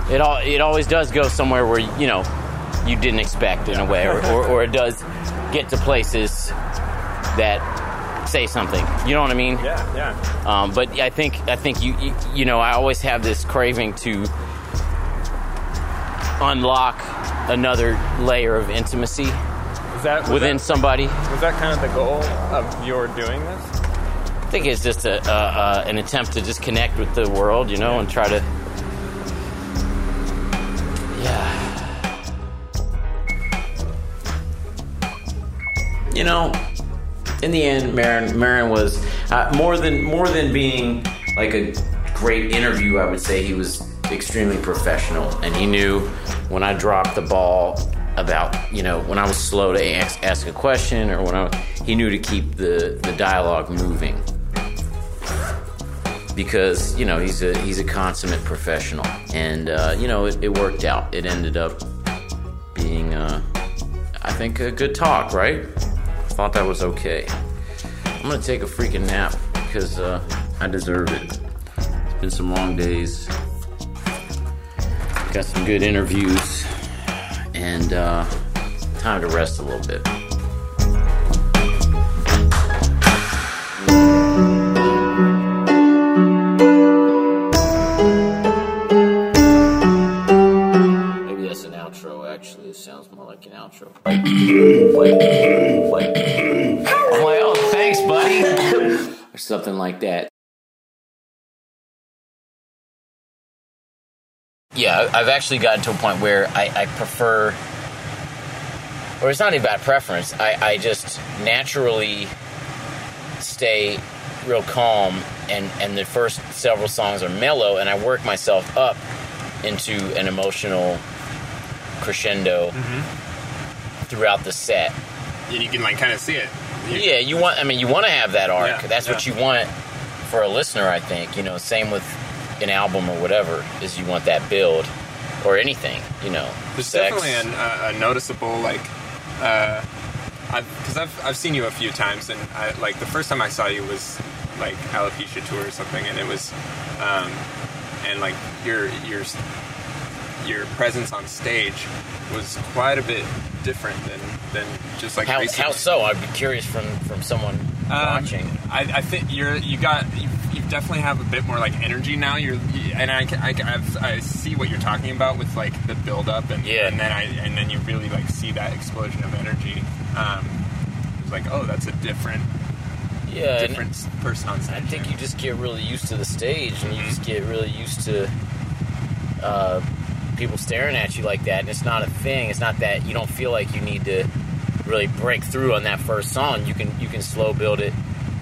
Speaker 6: it all it always does go somewhere where you know you didn't expect in a way, or, or, or it does get to places that say something. You know what I mean?
Speaker 7: Yeah. Yeah.
Speaker 6: Um, but I think I think you, you you know I always have this craving to unlock another layer of intimacy
Speaker 7: Is that was
Speaker 6: within
Speaker 7: That,
Speaker 6: somebody.
Speaker 7: was that kind of the goal of your doing this?
Speaker 6: I think it's just a, a, a an attempt to just connect with the world, you know, and try to. Yeah. You know, in the end, Marin Marin was uh, more than more than being like a great interview. I would say he was extremely professional, and he knew when I dropped the ball about you know when I was slow to ask, ask a question or when I he knew to keep the the dialogue moving because you know he's a he's a consummate professional, and uh, you know it, it worked out. It ended up being, uh, I think, a good talk. Right? Thought that was okay. I'm gonna take a freaking nap because uh, I deserve it. It's been some long days. Got some good interviews, and uh, time to rest a little bit. Maybe that's an outro. Actually, it sounds more like an outro. Like, like, like. I'm like, oh, thanks, buddy, <laughs> or something like that. Yeah, I- I've actually gotten to a point where I, I prefer, or it's not about preference. I, I just naturally stay real calm, and and the first several songs are mellow, and I work myself up into an emotional crescendo throughout the set.
Speaker 7: And you can like kind of see it. You-
Speaker 6: Yeah, you want. I mean, you want to have that arc.
Speaker 7: Yeah,
Speaker 6: That's what you
Speaker 7: yeah.
Speaker 6: want for a listener, I think. You know, same with an album or whatever is you want that build or anything. You know,
Speaker 7: There's
Speaker 6: sex.
Speaker 7: definitely an, uh, a noticeable like, because I've I've seen you a few times, and I, like the first time I saw you was like alopecia tour or something, and it was, um, and like your your your presence on stage was quite a bit different than than just like
Speaker 6: how,
Speaker 7: recent-
Speaker 6: how so? I'd be curious from from someone
Speaker 7: Um,
Speaker 6: watching.
Speaker 7: I, I think you're you got you, you definitely have a bit more like energy now. You're you- and I, ca- I, ca- I've- I see what you're talking about with like the build up and
Speaker 6: Yeah.
Speaker 7: and then I and then you really like see that explosion of energy. Um, it's like oh that's a different
Speaker 6: Yeah, and
Speaker 7: different s- person on stage.
Speaker 6: Uh, I think you
Speaker 7: there.
Speaker 6: just get really used to the stage, and you just get really used to uh, people staring at you like that. And it's not a thing. It's not that you don't feel like you need to really break through on that first song. You can you can slow build it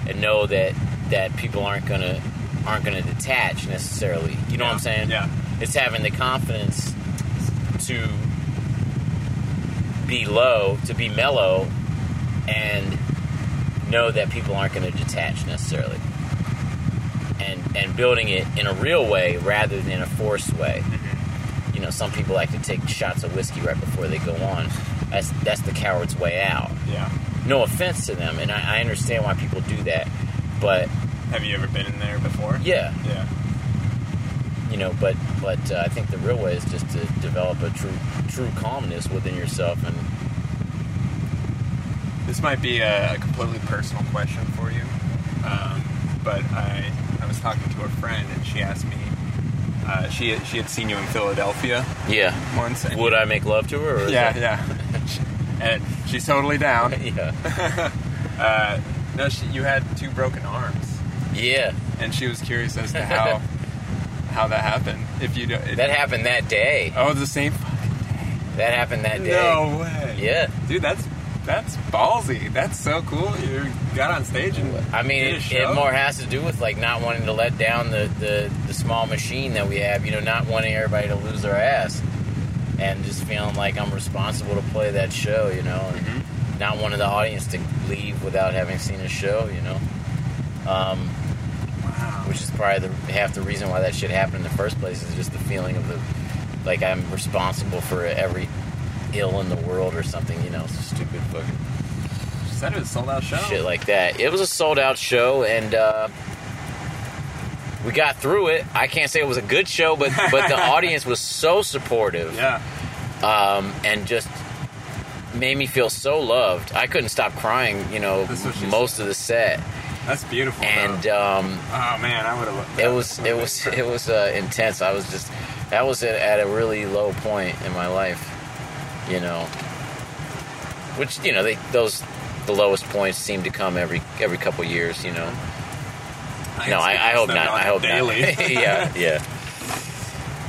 Speaker 6: and know that that people aren't gonna aren't gonna detach necessarily. You know what I'm
Speaker 7: Yeah,
Speaker 6: saying?
Speaker 7: yeah.
Speaker 6: It's having the confidence to be low, to be mellow, and know that people aren't going to detach necessarily and and building it in a real way rather than a forced way you know some people like to take shots of whiskey right before they go on that's that's the coward's way out
Speaker 7: yeah.
Speaker 6: no offense to them and i, I understand why people do that but
Speaker 7: Have you ever been in there before?
Speaker 6: yeah
Speaker 7: Yeah.
Speaker 6: you know but but uh, i think the real way is just to develop a true true calmness within yourself and
Speaker 7: This might be a, a completely personal question for you, um, but I, I was talking to a friend and she asked me, uh, she, she had seen you in Philadelphia
Speaker 6: yeah
Speaker 7: once. And
Speaker 6: would i make love to her or is
Speaker 7: Yeah,
Speaker 6: that-
Speaker 7: yeah. and she's totally <laughs> down.
Speaker 6: yeah <laughs>
Speaker 7: Uh, no, she, you had two broken arms,
Speaker 6: yeah
Speaker 7: and she was curious as to how
Speaker 6: <laughs>
Speaker 7: how that happened. If you do, if,
Speaker 6: that happened that day
Speaker 7: oh, the same. fucking
Speaker 6: that happened that day
Speaker 7: No way.
Speaker 6: yeah
Speaker 7: dude, that's that's ballsy. That's so cool. You got on stage and
Speaker 6: I mean,
Speaker 7: did a
Speaker 6: it,
Speaker 7: show?
Speaker 6: it more has to do with like not wanting to let down the, the, the small machine that we have, you know, not wanting everybody to lose their ass and just feeling like I'm responsible to play that show, you know, and not wanting the audience to leave without having seen a show, you know, um, which is probably the, half the reason why that shit happened in the first place is just the feeling of the like I'm responsible for every ill in the world or something, you know, it's a stupid fucking
Speaker 7: said it was a sold out show.
Speaker 6: Oh. shit like that. It was a sold out show, and uh, we got through it. I can't say it was a good show, but but
Speaker 7: <laughs>
Speaker 6: the audience was so supportive
Speaker 7: Yeah.
Speaker 6: um, and just made me feel so loved. I couldn't stop crying, you know,
Speaker 7: That's what she
Speaker 6: most of the set,
Speaker 7: That's beautiful.
Speaker 6: and
Speaker 7: though.
Speaker 6: um,
Speaker 7: oh man, I would have loved that.
Speaker 6: it was it was it was uh, intense. I was just that was it at a really low point in my life, you know. Which you know they those the lowest points seem to come every every couple years, you know.
Speaker 7: I
Speaker 6: No, I, I hope not.
Speaker 7: expect that on
Speaker 6: I hope <laughs>
Speaker 7: daily.
Speaker 6: not. yeah, yeah.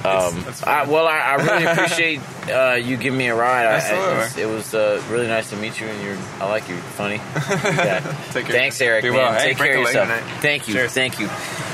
Speaker 6: Um,
Speaker 7: that's
Speaker 6: I,
Speaker 7: fine.
Speaker 6: well, I, I
Speaker 7: <laughs>
Speaker 6: really appreciate uh, you giving me a ride. I- I,
Speaker 7: Absolutely.
Speaker 6: it was, it was, uh, really nice to meet you, and you're. I like you. You're funny. Yeah.
Speaker 7: Take care.
Speaker 6: Thanks, Eric.
Speaker 7: Be
Speaker 6: man.
Speaker 7: well. Hey,
Speaker 6: Take
Speaker 7: break
Speaker 6: care of
Speaker 7: a leg
Speaker 6: yourself.
Speaker 7: tonight.
Speaker 6: Thank you.
Speaker 7: Cheers.
Speaker 6: Thank you.